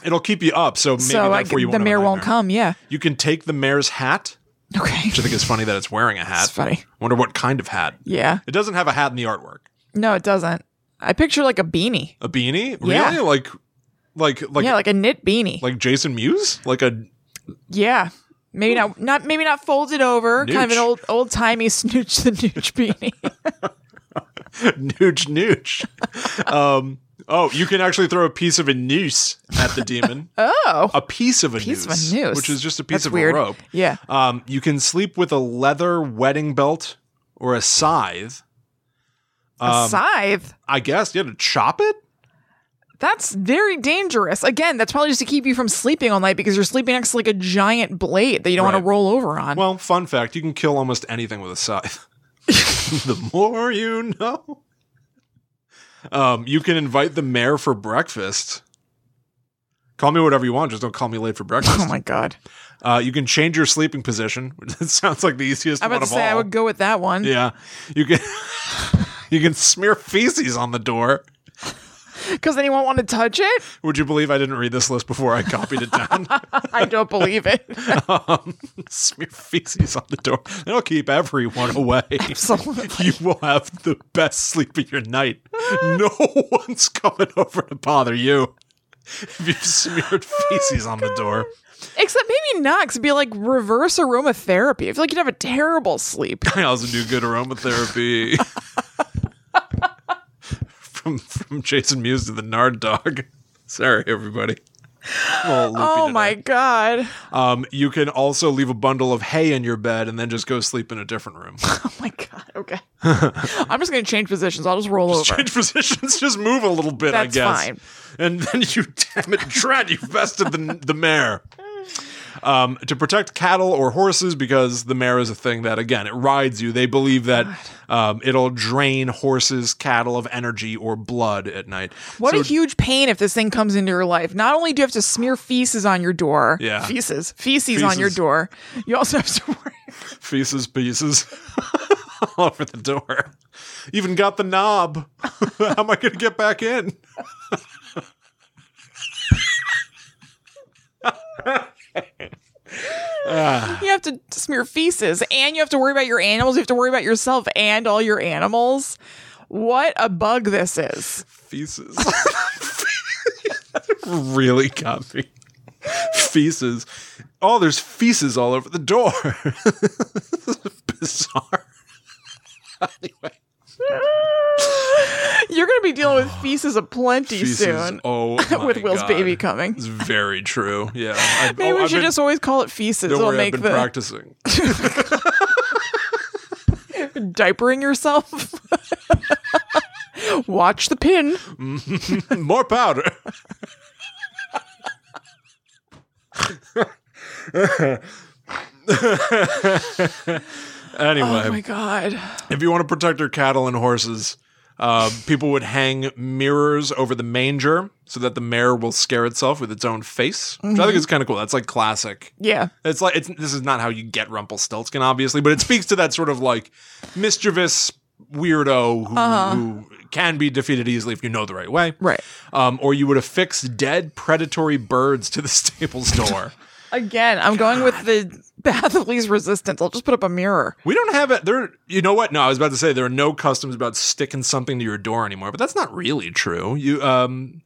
[SPEAKER 2] It'll keep you up, so maybe
[SPEAKER 1] so like
[SPEAKER 2] therefore you
[SPEAKER 1] the
[SPEAKER 2] won't have a
[SPEAKER 1] mayor won't
[SPEAKER 2] nightmare.
[SPEAKER 1] come. Yeah.
[SPEAKER 2] You can take the mayor's hat,
[SPEAKER 1] Okay.
[SPEAKER 2] which I think is funny that it's wearing a hat.
[SPEAKER 1] It's funny.
[SPEAKER 2] wonder what kind of hat.
[SPEAKER 1] Yeah.
[SPEAKER 2] It doesn't have a hat in the artwork.
[SPEAKER 1] No, it doesn't. I picture like a beanie.
[SPEAKER 2] A beanie? Really?
[SPEAKER 1] Yeah.
[SPEAKER 2] Like, like, like,
[SPEAKER 1] yeah, like a knit beanie.
[SPEAKER 2] like Jason Mewes? Like a
[SPEAKER 1] yeah. Maybe not, not maybe not folded over, kind of an
[SPEAKER 2] Nooch.
[SPEAKER 1] old old timey snooch the nooch beanie.
[SPEAKER 2] nooch nooch. um, oh, you can actually throw a piece of a noose at the demon.
[SPEAKER 1] Oh,
[SPEAKER 2] a piece of a,
[SPEAKER 1] piece of
[SPEAKER 2] noose,
[SPEAKER 1] a noose.
[SPEAKER 2] which is just a piece
[SPEAKER 1] That's
[SPEAKER 2] of
[SPEAKER 1] weird.
[SPEAKER 2] a rope.
[SPEAKER 1] Yeah,
[SPEAKER 2] Um, you can sleep with a leather wedding belt or a scythe.
[SPEAKER 1] a
[SPEAKER 2] Um,
[SPEAKER 1] scythe.
[SPEAKER 2] I guess yeah, to chop it.
[SPEAKER 1] That's very dangerous. Again, that's probably just to keep you from sleeping all night because you're sleeping next to like a giant blade that you don't want
[SPEAKER 2] Right.
[SPEAKER 1] to roll over on.
[SPEAKER 2] Well, fun fact: you can kill almost anything with a scythe. the more you know. Um, you can invite the mayor for breakfast. Call me whatever you want, just don't call me late for breakfast.
[SPEAKER 1] oh my god!
[SPEAKER 2] Uh, you can change your sleeping position. That sounds like the easiest
[SPEAKER 1] I'm
[SPEAKER 2] one
[SPEAKER 1] about to
[SPEAKER 2] of
[SPEAKER 1] say I
[SPEAKER 2] all.
[SPEAKER 1] would go with that one.
[SPEAKER 2] yeah, you can you can smear feces on the door.
[SPEAKER 1] Because then he won't want to touch it?
[SPEAKER 2] Would you believe I didn't read this list before I copied it down?
[SPEAKER 1] I don't believe it.
[SPEAKER 2] um, smear feces on the door. It'll keep everyone away.
[SPEAKER 1] Absolutely.
[SPEAKER 2] You will have the best sleep of your night. No one's coming over to bother you if you've smeared
[SPEAKER 1] Oh,
[SPEAKER 2] feces on the door.
[SPEAKER 1] Except maybe not, 'cause it'd be like reverse aromatherapy. I feel like you'd have a terrible sleep.
[SPEAKER 2] I also do good aromatherapy. from from Jason Mewes to the Nard Dog. Sorry, everybody. I'm a little loopy
[SPEAKER 1] Oh
[SPEAKER 2] today.
[SPEAKER 1] my god!
[SPEAKER 2] Um, you can also leave a bundle of hay in your bed and then just go sleep in a different room.
[SPEAKER 1] Oh my god! Okay, I'm just gonna change positions. I'll just roll over.
[SPEAKER 2] Change positions, just move a little bit, I
[SPEAKER 1] That's
[SPEAKER 2] guess.
[SPEAKER 1] fine.
[SPEAKER 2] And then you damn it, Trent, you vested the the mare. Um, to protect cattle or horses, because the mare is a thing that, again, it rides you. They believe that um, it'll drain horses, cattle of energy or blood at night.
[SPEAKER 1] What
[SPEAKER 2] So-
[SPEAKER 1] a huge pain if this thing comes into your life. Not only do you have to smear feces on your door,
[SPEAKER 2] Yeah.
[SPEAKER 1] feces, feces, on your
[SPEAKER 2] Feces.
[SPEAKER 1] door, you also have to worry.
[SPEAKER 2] feces pieces all over the door. Even got the knob. How am I going to get back in?
[SPEAKER 1] You have to smear feces and you have to worry about your animals. You have to worry about yourself and all your animals. What a bug this is.
[SPEAKER 2] Feces. really got me. Feces. Oh, there's feces all over the door. Bizarre. anyway,
[SPEAKER 1] You're going to be dealing with feces aplenty
[SPEAKER 2] feces.
[SPEAKER 1] soon
[SPEAKER 2] Oh,
[SPEAKER 1] with
[SPEAKER 2] my
[SPEAKER 1] Will's
[SPEAKER 2] God.
[SPEAKER 1] baby coming.
[SPEAKER 2] It's very true. Yeah. I,
[SPEAKER 1] Maybe
[SPEAKER 2] oh,
[SPEAKER 1] we
[SPEAKER 2] I've
[SPEAKER 1] should
[SPEAKER 2] been-
[SPEAKER 1] just always call it feces.
[SPEAKER 2] Don't
[SPEAKER 1] It'll
[SPEAKER 2] worry, I've
[SPEAKER 1] make
[SPEAKER 2] been
[SPEAKER 1] the
[SPEAKER 2] practicing.
[SPEAKER 1] diapering yourself. Watch the pin. Oh
[SPEAKER 2] More powder. anyway,
[SPEAKER 1] Oh my God.
[SPEAKER 2] if you want to protect your cattle and horses, uh, people would hang mirrors over the manger so that the mare will scare itself with its own face, which I think is kind of cool. That's like classic.
[SPEAKER 1] Yeah.
[SPEAKER 2] It's like it's, this is not how you get Rumpelstiltskin, obviously, but it speaks to that sort of like mischievous weirdo who, who can be defeated easily if you know the right way
[SPEAKER 1] Right.
[SPEAKER 2] um, or you would affix dead predatory birds to the stables door.
[SPEAKER 1] Again, I'm going with the path of least resistance. I'll just put up a mirror.
[SPEAKER 2] we don't have it there. You know what? No, I was about to say there are no customs about sticking something to your door anymore, but that's not really true. You, um,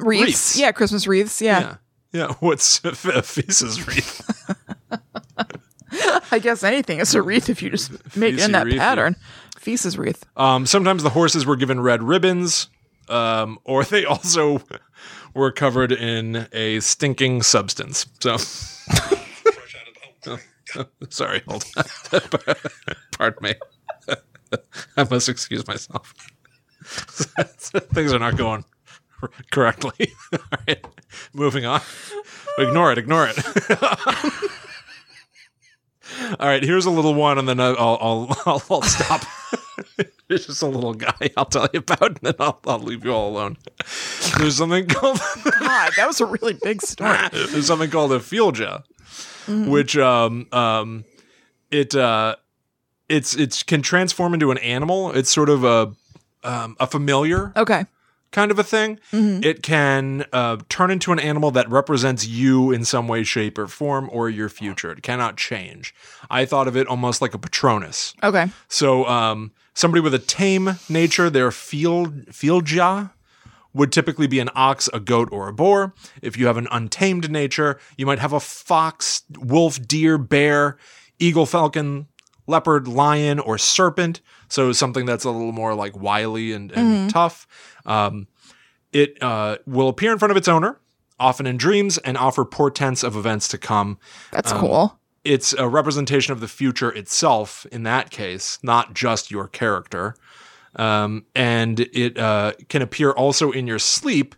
[SPEAKER 1] Wreaths.
[SPEAKER 2] Wreaths.
[SPEAKER 1] Yeah, Christmas wreaths. Yeah.
[SPEAKER 2] yeah, yeah. What's a feces wreath?
[SPEAKER 1] I guess anything is a wreath if you just make it
[SPEAKER 2] Feces
[SPEAKER 1] in that
[SPEAKER 2] wreath, yeah.
[SPEAKER 1] pattern. Feces wreath.
[SPEAKER 2] Um, sometimes the horses were given red ribbons, um, or they also were covered in a stinking substance. So. Sorry, hold on. Pardon me. I must excuse myself. Things are not going correctly. All right, moving on. Ignore it. Ignore it. All right, here's a little one, and then I'll I'll, I'll, I'll stop. it's just a little guy I'll tell you about, and then I'll, I'll leave you all alone. There's something called
[SPEAKER 1] God, that was a really big story.
[SPEAKER 2] there's something called a fielja, which um um it uh it's it's can transform into an animal. It's sort of a um, a familiar
[SPEAKER 1] Okay.
[SPEAKER 2] kind of a thing. It can uh, turn into an animal that represents you in some way, shape, or form, or your future. It cannot change. I thought of it almost like a Patronus.
[SPEAKER 1] Okay.
[SPEAKER 2] So, um, somebody with a tame nature, their field fieldja would typically be an ox, a goat, or a boar. If you have an untamed nature, you might have a fox, wolf, deer, bear, eagle, falcon, leopard, lion, or serpent. So something that's a little more like wily and, and tough. Um, it uh, will appear in front of its owner, often in dreams, and offer portents of events to come Um,
[SPEAKER 1] That's cool.
[SPEAKER 2] it's a representation of the future itself in that case, not just your character. Um, and it uh, can appear also in your sleep,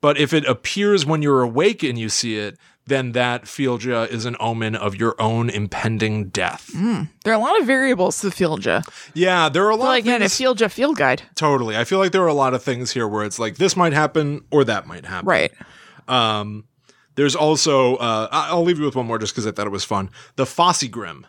[SPEAKER 2] but if it appears when you're awake and you see it, then that Fielgia is an omen of your own impending death.
[SPEAKER 1] There are a lot of variables to Fieldja.
[SPEAKER 2] Yeah, there are a lot
[SPEAKER 1] Like
[SPEAKER 2] of
[SPEAKER 1] in a
[SPEAKER 2] things.
[SPEAKER 1] Fieldja field guide.
[SPEAKER 2] totally. I feel like there are a lot of things here where it's like this might happen or that might happen.
[SPEAKER 1] Right.
[SPEAKER 2] Um, there's also uh, I- I'll leave you with one more just because I thought it was fun. The Fossigrim.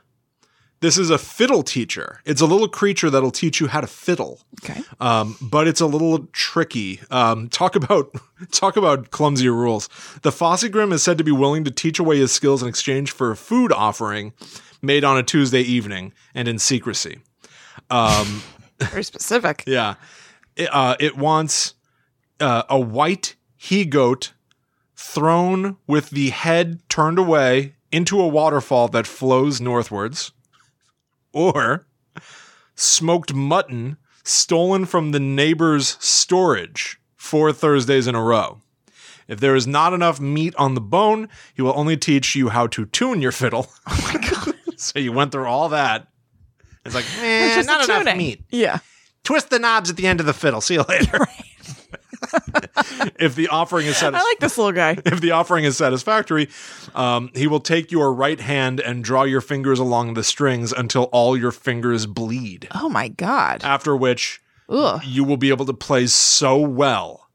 [SPEAKER 2] This is a fiddle teacher. It's a little creature that'll teach you how to fiddle,
[SPEAKER 1] Okay.
[SPEAKER 2] um, but it's a little tricky. Um, talk about talk about clumsy rules. The Fossigrim is said to be willing to teach away his skills in exchange for a food offering made on a Tuesday evening and in secrecy. Um,
[SPEAKER 1] Very specific.
[SPEAKER 2] Yeah. It, uh, it wants uh, a white he goat thrown with the head turned away into a waterfall that flows northwards, or smoked mutton stolen from the neighbor's storage four Thursdays in a row. If there is not enough meat on the bone, he will only teach you how to tune your fiddle. Oh my god! so you went through all that. It's like,
[SPEAKER 1] It's
[SPEAKER 2] eh,
[SPEAKER 1] just
[SPEAKER 2] not
[SPEAKER 1] the
[SPEAKER 2] enough
[SPEAKER 1] tuning.
[SPEAKER 2] meat
[SPEAKER 1] Yeah.
[SPEAKER 2] twist the knobs at the end of the fiddle. See you later. if the offering is
[SPEAKER 1] I
[SPEAKER 2] satisfactory,
[SPEAKER 1] like this little guy.
[SPEAKER 2] if the offering is satisfactory, um, he will take your right hand and draw your fingers along the strings until all your fingers bleed.
[SPEAKER 1] Oh my God.
[SPEAKER 2] After which,
[SPEAKER 1] Ugh.
[SPEAKER 2] you will be able to play so well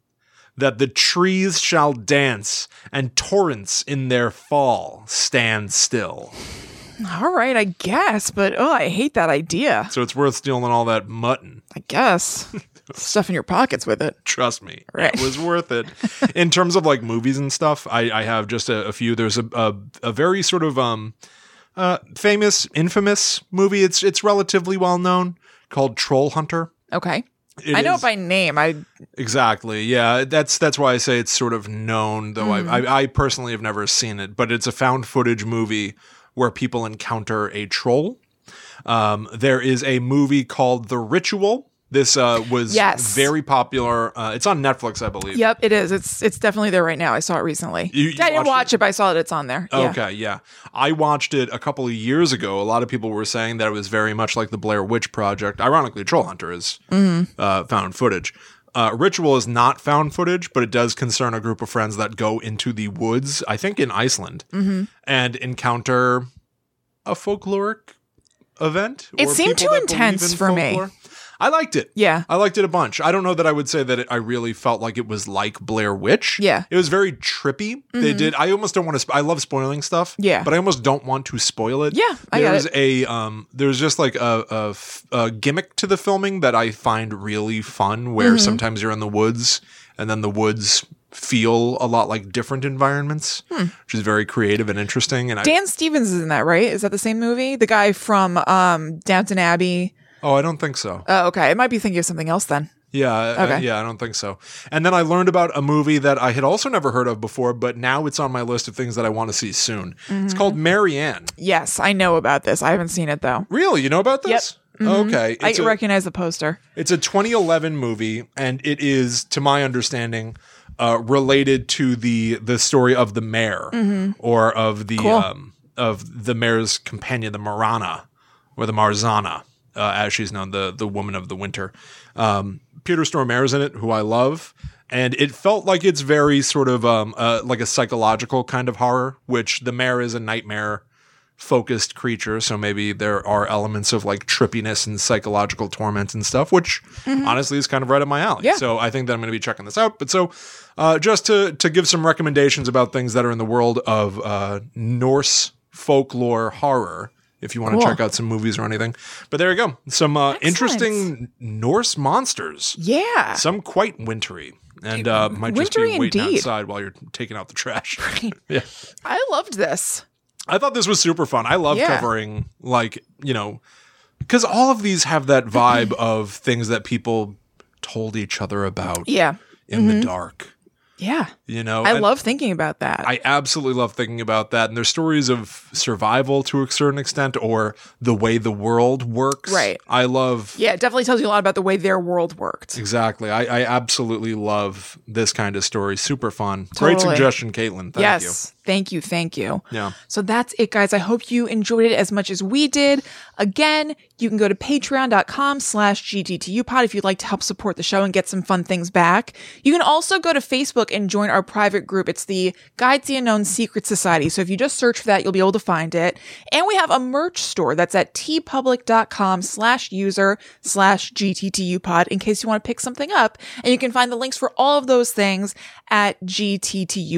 [SPEAKER 2] that the trees shall dance and torrents in their fall stand still.
[SPEAKER 1] All right, I guess, but oh, I hate that idea.
[SPEAKER 2] So it's worth stealing all that mutton.
[SPEAKER 1] I guess. Stuff in your pockets with it.
[SPEAKER 2] trust me
[SPEAKER 1] Right.
[SPEAKER 2] it was worth it in terms of like movies and stuff i, I have just a, a few there's a, a, a very sort of um uh famous infamous movie it's it's relatively well known called troll hunter
[SPEAKER 1] Okay.
[SPEAKER 2] It
[SPEAKER 1] I know
[SPEAKER 2] is-
[SPEAKER 1] it by name. I
[SPEAKER 2] exactly yeah that's that's why i say it's sort of known though
[SPEAKER 1] Hmm.
[SPEAKER 2] I, I i personally have never seen it but it's a found footage movie where people encounter a troll um there is a movie called the ritual this uh, was
[SPEAKER 1] Yes.
[SPEAKER 2] very popular. Uh, it's on Netflix, I believe.
[SPEAKER 1] Yep, it is. It's it's definitely there right now. I saw it recently.
[SPEAKER 2] You- you
[SPEAKER 1] I didn't
[SPEAKER 2] watched Oh,
[SPEAKER 1] watch it? but I saw it. It's on there. Yeah.
[SPEAKER 2] Okay, yeah. I watched it a couple of years ago. A lot of people were saying that it was very much like the Blair Witch Project. Ironically, Troll Hunter is
[SPEAKER 1] Mm-hmm.
[SPEAKER 2] uh, found footage. Uh, Ritual is not found footage, but it does concern a group of friends that go into the woods, I think in Iceland,
[SPEAKER 1] Mm-hmm.
[SPEAKER 2] and encounter a folkloric event.
[SPEAKER 1] It
[SPEAKER 2] or
[SPEAKER 1] seemed
[SPEAKER 2] people
[SPEAKER 1] too
[SPEAKER 2] that believe
[SPEAKER 1] intense
[SPEAKER 2] in
[SPEAKER 1] for me.
[SPEAKER 2] I liked it.
[SPEAKER 1] Yeah.
[SPEAKER 2] I liked it a bunch. I don't know that I would say that it, I really felt like it was like Blair Witch.
[SPEAKER 1] Yeah. Mm-hmm.
[SPEAKER 2] It was very trippy. They did. I almost don't want to. Sp- I love spoiling stuff.
[SPEAKER 1] Yeah.
[SPEAKER 2] But I almost don't want to spoil it.
[SPEAKER 1] Yeah, I get
[SPEAKER 2] there's a um. There's just like a, a f- a gimmick to the filming that I find really fun, where
[SPEAKER 1] Mm-hmm.
[SPEAKER 2] sometimes you're in the woods, and then the woods feel a lot like different environments, which is very creative and interesting. And I
[SPEAKER 1] Hmm. Dan Stevens is in that, right? Is that the same movie? The guy from um, Downton Abbey.
[SPEAKER 2] oh, I don't think so.
[SPEAKER 1] Oh, okay. I might be thinking of something else then.
[SPEAKER 2] Yeah, uh,
[SPEAKER 1] Okay.
[SPEAKER 2] yeah, I don't think so. And then I learned about a movie that I had also never heard of before, but now it's on my list of things that I want to see soon. It's
[SPEAKER 1] Mm-hmm.
[SPEAKER 2] called Marianne.
[SPEAKER 1] Yes, I know about this. I haven't seen it though.
[SPEAKER 2] Really, you know about this? Okay,
[SPEAKER 1] Mm-hmm. I
[SPEAKER 2] it's, a-
[SPEAKER 1] recognize the poster.
[SPEAKER 2] it's a 2011 movie, and it is, to my understanding, uh, related to the the story of the mayor or of the um, of the mayor's companion, the Marana or the Marzana, uh, as she's known, the the woman of the winter. Um, Peter Stormare is in it, who I love, and it felt like it's very sort of um, uh, like a psychological kind of horror, which the mayor is a nightmare focused creature, so maybe there are elements of like trippiness and psychological torment and stuff, which honestly is kind of right up my alley.
[SPEAKER 1] Mm-hmm. Yeah.
[SPEAKER 2] So I think that I'm going to be checking this out. But so, uh, just to to give some recommendations about things that are in the world of uh, Norse folklore horror, if you want to
[SPEAKER 1] Cool.
[SPEAKER 2] check out some movies or anything. But there you go, some uh,
[SPEAKER 1] Excellent.
[SPEAKER 2] interesting Norse monsters.
[SPEAKER 1] Yeah.
[SPEAKER 2] Some quite wintry. And uh, might just be
[SPEAKER 1] Wintry
[SPEAKER 2] waiting
[SPEAKER 1] indeed.
[SPEAKER 2] outside while you're taking out the trash. yeah.
[SPEAKER 1] I loved this.
[SPEAKER 2] I thought this was super fun. I love
[SPEAKER 1] Yeah.
[SPEAKER 2] covering like, you know, cuz all of these have that vibe of things that people told each other about
[SPEAKER 1] Yeah.
[SPEAKER 2] in the dark,
[SPEAKER 1] Yeah.
[SPEAKER 2] you know.
[SPEAKER 1] mm-hmm. I
[SPEAKER 2] And
[SPEAKER 1] love thinking about that.
[SPEAKER 2] I absolutely love thinking about that. And there's stories of survival to a certain extent or the way the world works.
[SPEAKER 1] Right.
[SPEAKER 2] I love
[SPEAKER 1] yeah, it definitely tells you a lot about the way their world worked.
[SPEAKER 2] Exactly. I, I absolutely love this kind of story. Super fun. Great
[SPEAKER 1] Totally.
[SPEAKER 2] suggestion, Caitlin. Thank
[SPEAKER 1] yes. Thank you. Thank you.
[SPEAKER 2] you. Yeah.
[SPEAKER 1] So that's it, guys. I hope you enjoyed it as much as we did. Again, you can go to patreon.com slash gttupod if you'd like to help support the show and get some fun things back. You can also go to Facebook and join our private group. It's the Guide to the Unknown Secret Society. So if you just search for that, you'll be able to find it. And we have a merch store that's at tpublic.com slash user slash gttupod in case you want to pick something up. And you can find the links for all of those things at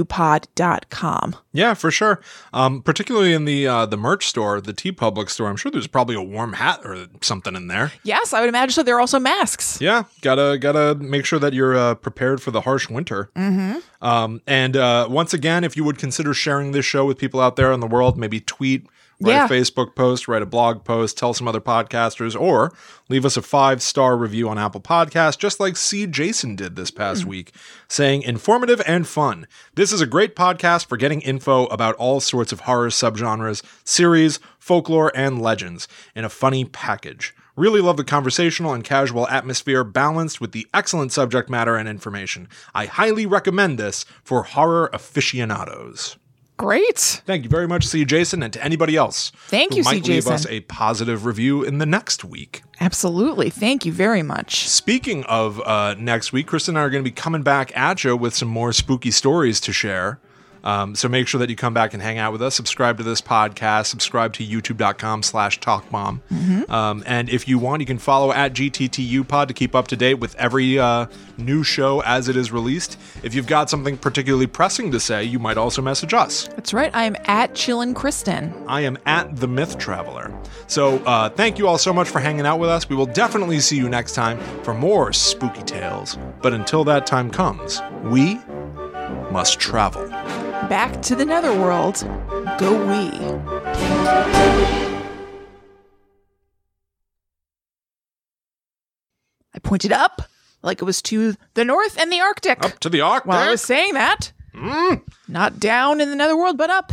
[SPEAKER 1] gttupod.com.
[SPEAKER 2] Yeah, for sure. Um, particularly in the uh, the merch store, the T Public store, I'm sure there's probably a warm hat or something in there.
[SPEAKER 1] Yes, I would imagine so. There are also masks.
[SPEAKER 2] Yeah, gotta gotta make sure that you're uh, prepared for the harsh winter. Mm-hmm. Um, and uh, once again, if you would consider sharing this show with people out there in the world, maybe tweet, write
[SPEAKER 1] Yeah.
[SPEAKER 2] a Facebook post, write a blog post, tell some other podcasters, or leave us a five star review on Apple Podcasts, just like C Jason did this past week, saying informative and fun. This is a great podcast for getting info about all sorts of horror subgenres, series, folklore, and legends in a funny package. Really love the conversational and casual atmosphere balanced with the excellent subject matter and information. I highly recommend this for horror aficionados.
[SPEAKER 1] Great.
[SPEAKER 2] Thank you very much, C. Jason, and to anybody else.
[SPEAKER 1] Thank
[SPEAKER 2] who
[SPEAKER 1] you, C.
[SPEAKER 2] might leave
[SPEAKER 1] Jason.
[SPEAKER 2] us a positive review in the next week.
[SPEAKER 1] Absolutely. Thank you very much.
[SPEAKER 2] Speaking of uh, next week, Kristen and I are going to be coming back at you with some more spooky stories to share. Um, so make sure that you come back and hang out with us. Subscribe to this podcast. Subscribe to youtube.com slash talkmom.
[SPEAKER 1] Mm-hmm.
[SPEAKER 2] Um, and if you want, you can follow at GTTU pod to keep up to date with every uh, new show as it is released. If you've got something particularly pressing to say, you might also message us.
[SPEAKER 1] That's right. I am at Chillin' Kristen.
[SPEAKER 2] I am at the Myth Traveler. So uh, thank you all so much for hanging out with us. We will definitely see you next time for more spooky tales. But until that time comes, we must travel.
[SPEAKER 1] Back to the netherworld. Go we. I pointed up like it was to the north and the Arctic.
[SPEAKER 2] To the Arctic.
[SPEAKER 1] While I was saying that, not down in the netherworld, but up.